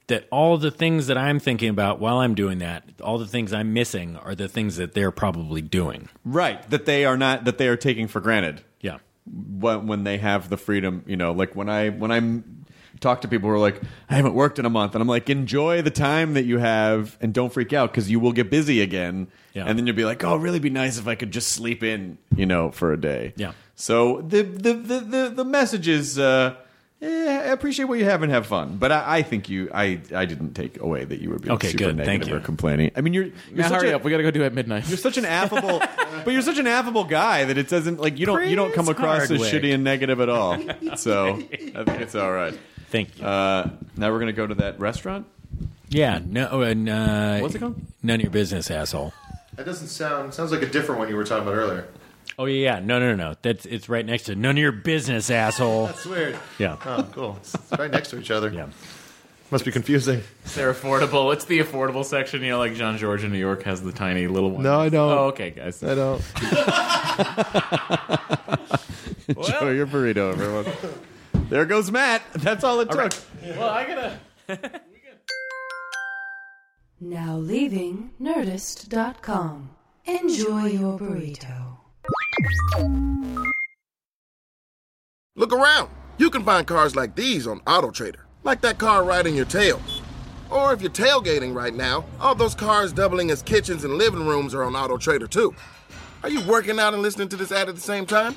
S6: that all the things that I'm thinking about while I'm doing that, all the things I'm missing, are the things that they're probably doing.
S2: Right, that they are not that they are taking for granted.
S6: Yeah.
S2: When when they have the freedom, you know, like when I when I'm talk to people who are like, I haven't worked in a month, and I'm like, enjoy the time that you have, and don't freak out because you will get busy again,
S6: Yeah.
S2: and then you'll be like, oh, it'd really be nice if I could just sleep in, you know, for a day.
S6: Yeah.
S2: So the the the the, the message is. Uh, eh, appreciate what you have and have fun, but I, I think you, I, I didn't take away that you were being
S9: Okay,
S2: super
S9: good. Thank
S2: negative
S9: you.
S2: or complaining. I mean, you're, you're
S9: Now
S2: such
S9: hurry
S2: a-
S9: up. We got to go do it at midnight.
S2: you're such an affable, but you're such an affable guy that it doesn't like you don't you don't come
S9: Prince
S2: across as
S9: Hardwick.
S2: shitty and negative at all. So I think it's all right.
S6: Thank you.
S2: Uh, now we're gonna go to that restaurant.
S6: Yeah. No. And uh,
S2: What's it called?
S6: None of your business, asshole.
S3: That doesn't sound sounds like a different one you were talking about earlier.
S6: Oh yeah, yeah. No, no, no, no. That's it's right next to none of your business, asshole. Uh,
S3: That's weird.
S6: Yeah.
S3: Oh, cool. It's right next to each other.
S6: Yeah.
S3: Must be confusing.
S9: They're affordable. It's the affordable section. You know, like John George in New York has the tiny little one.
S3: No, I don't.
S9: Oh, okay, guys.
S3: I don't.
S2: Enjoy your burrito, everyone. there goes Matt. That's all it took.
S9: Well, I gotta.
S5: Now leaving Nerdist.com. Enjoy your burrito.
S11: Look around. You can find cars like these on AutoTrader, like that car right in your tail. Or if you're tailgating right now, all those cars doubling as kitchens and living rooms are on AutoTrader too. Are you working out and listening to this ad at the same time?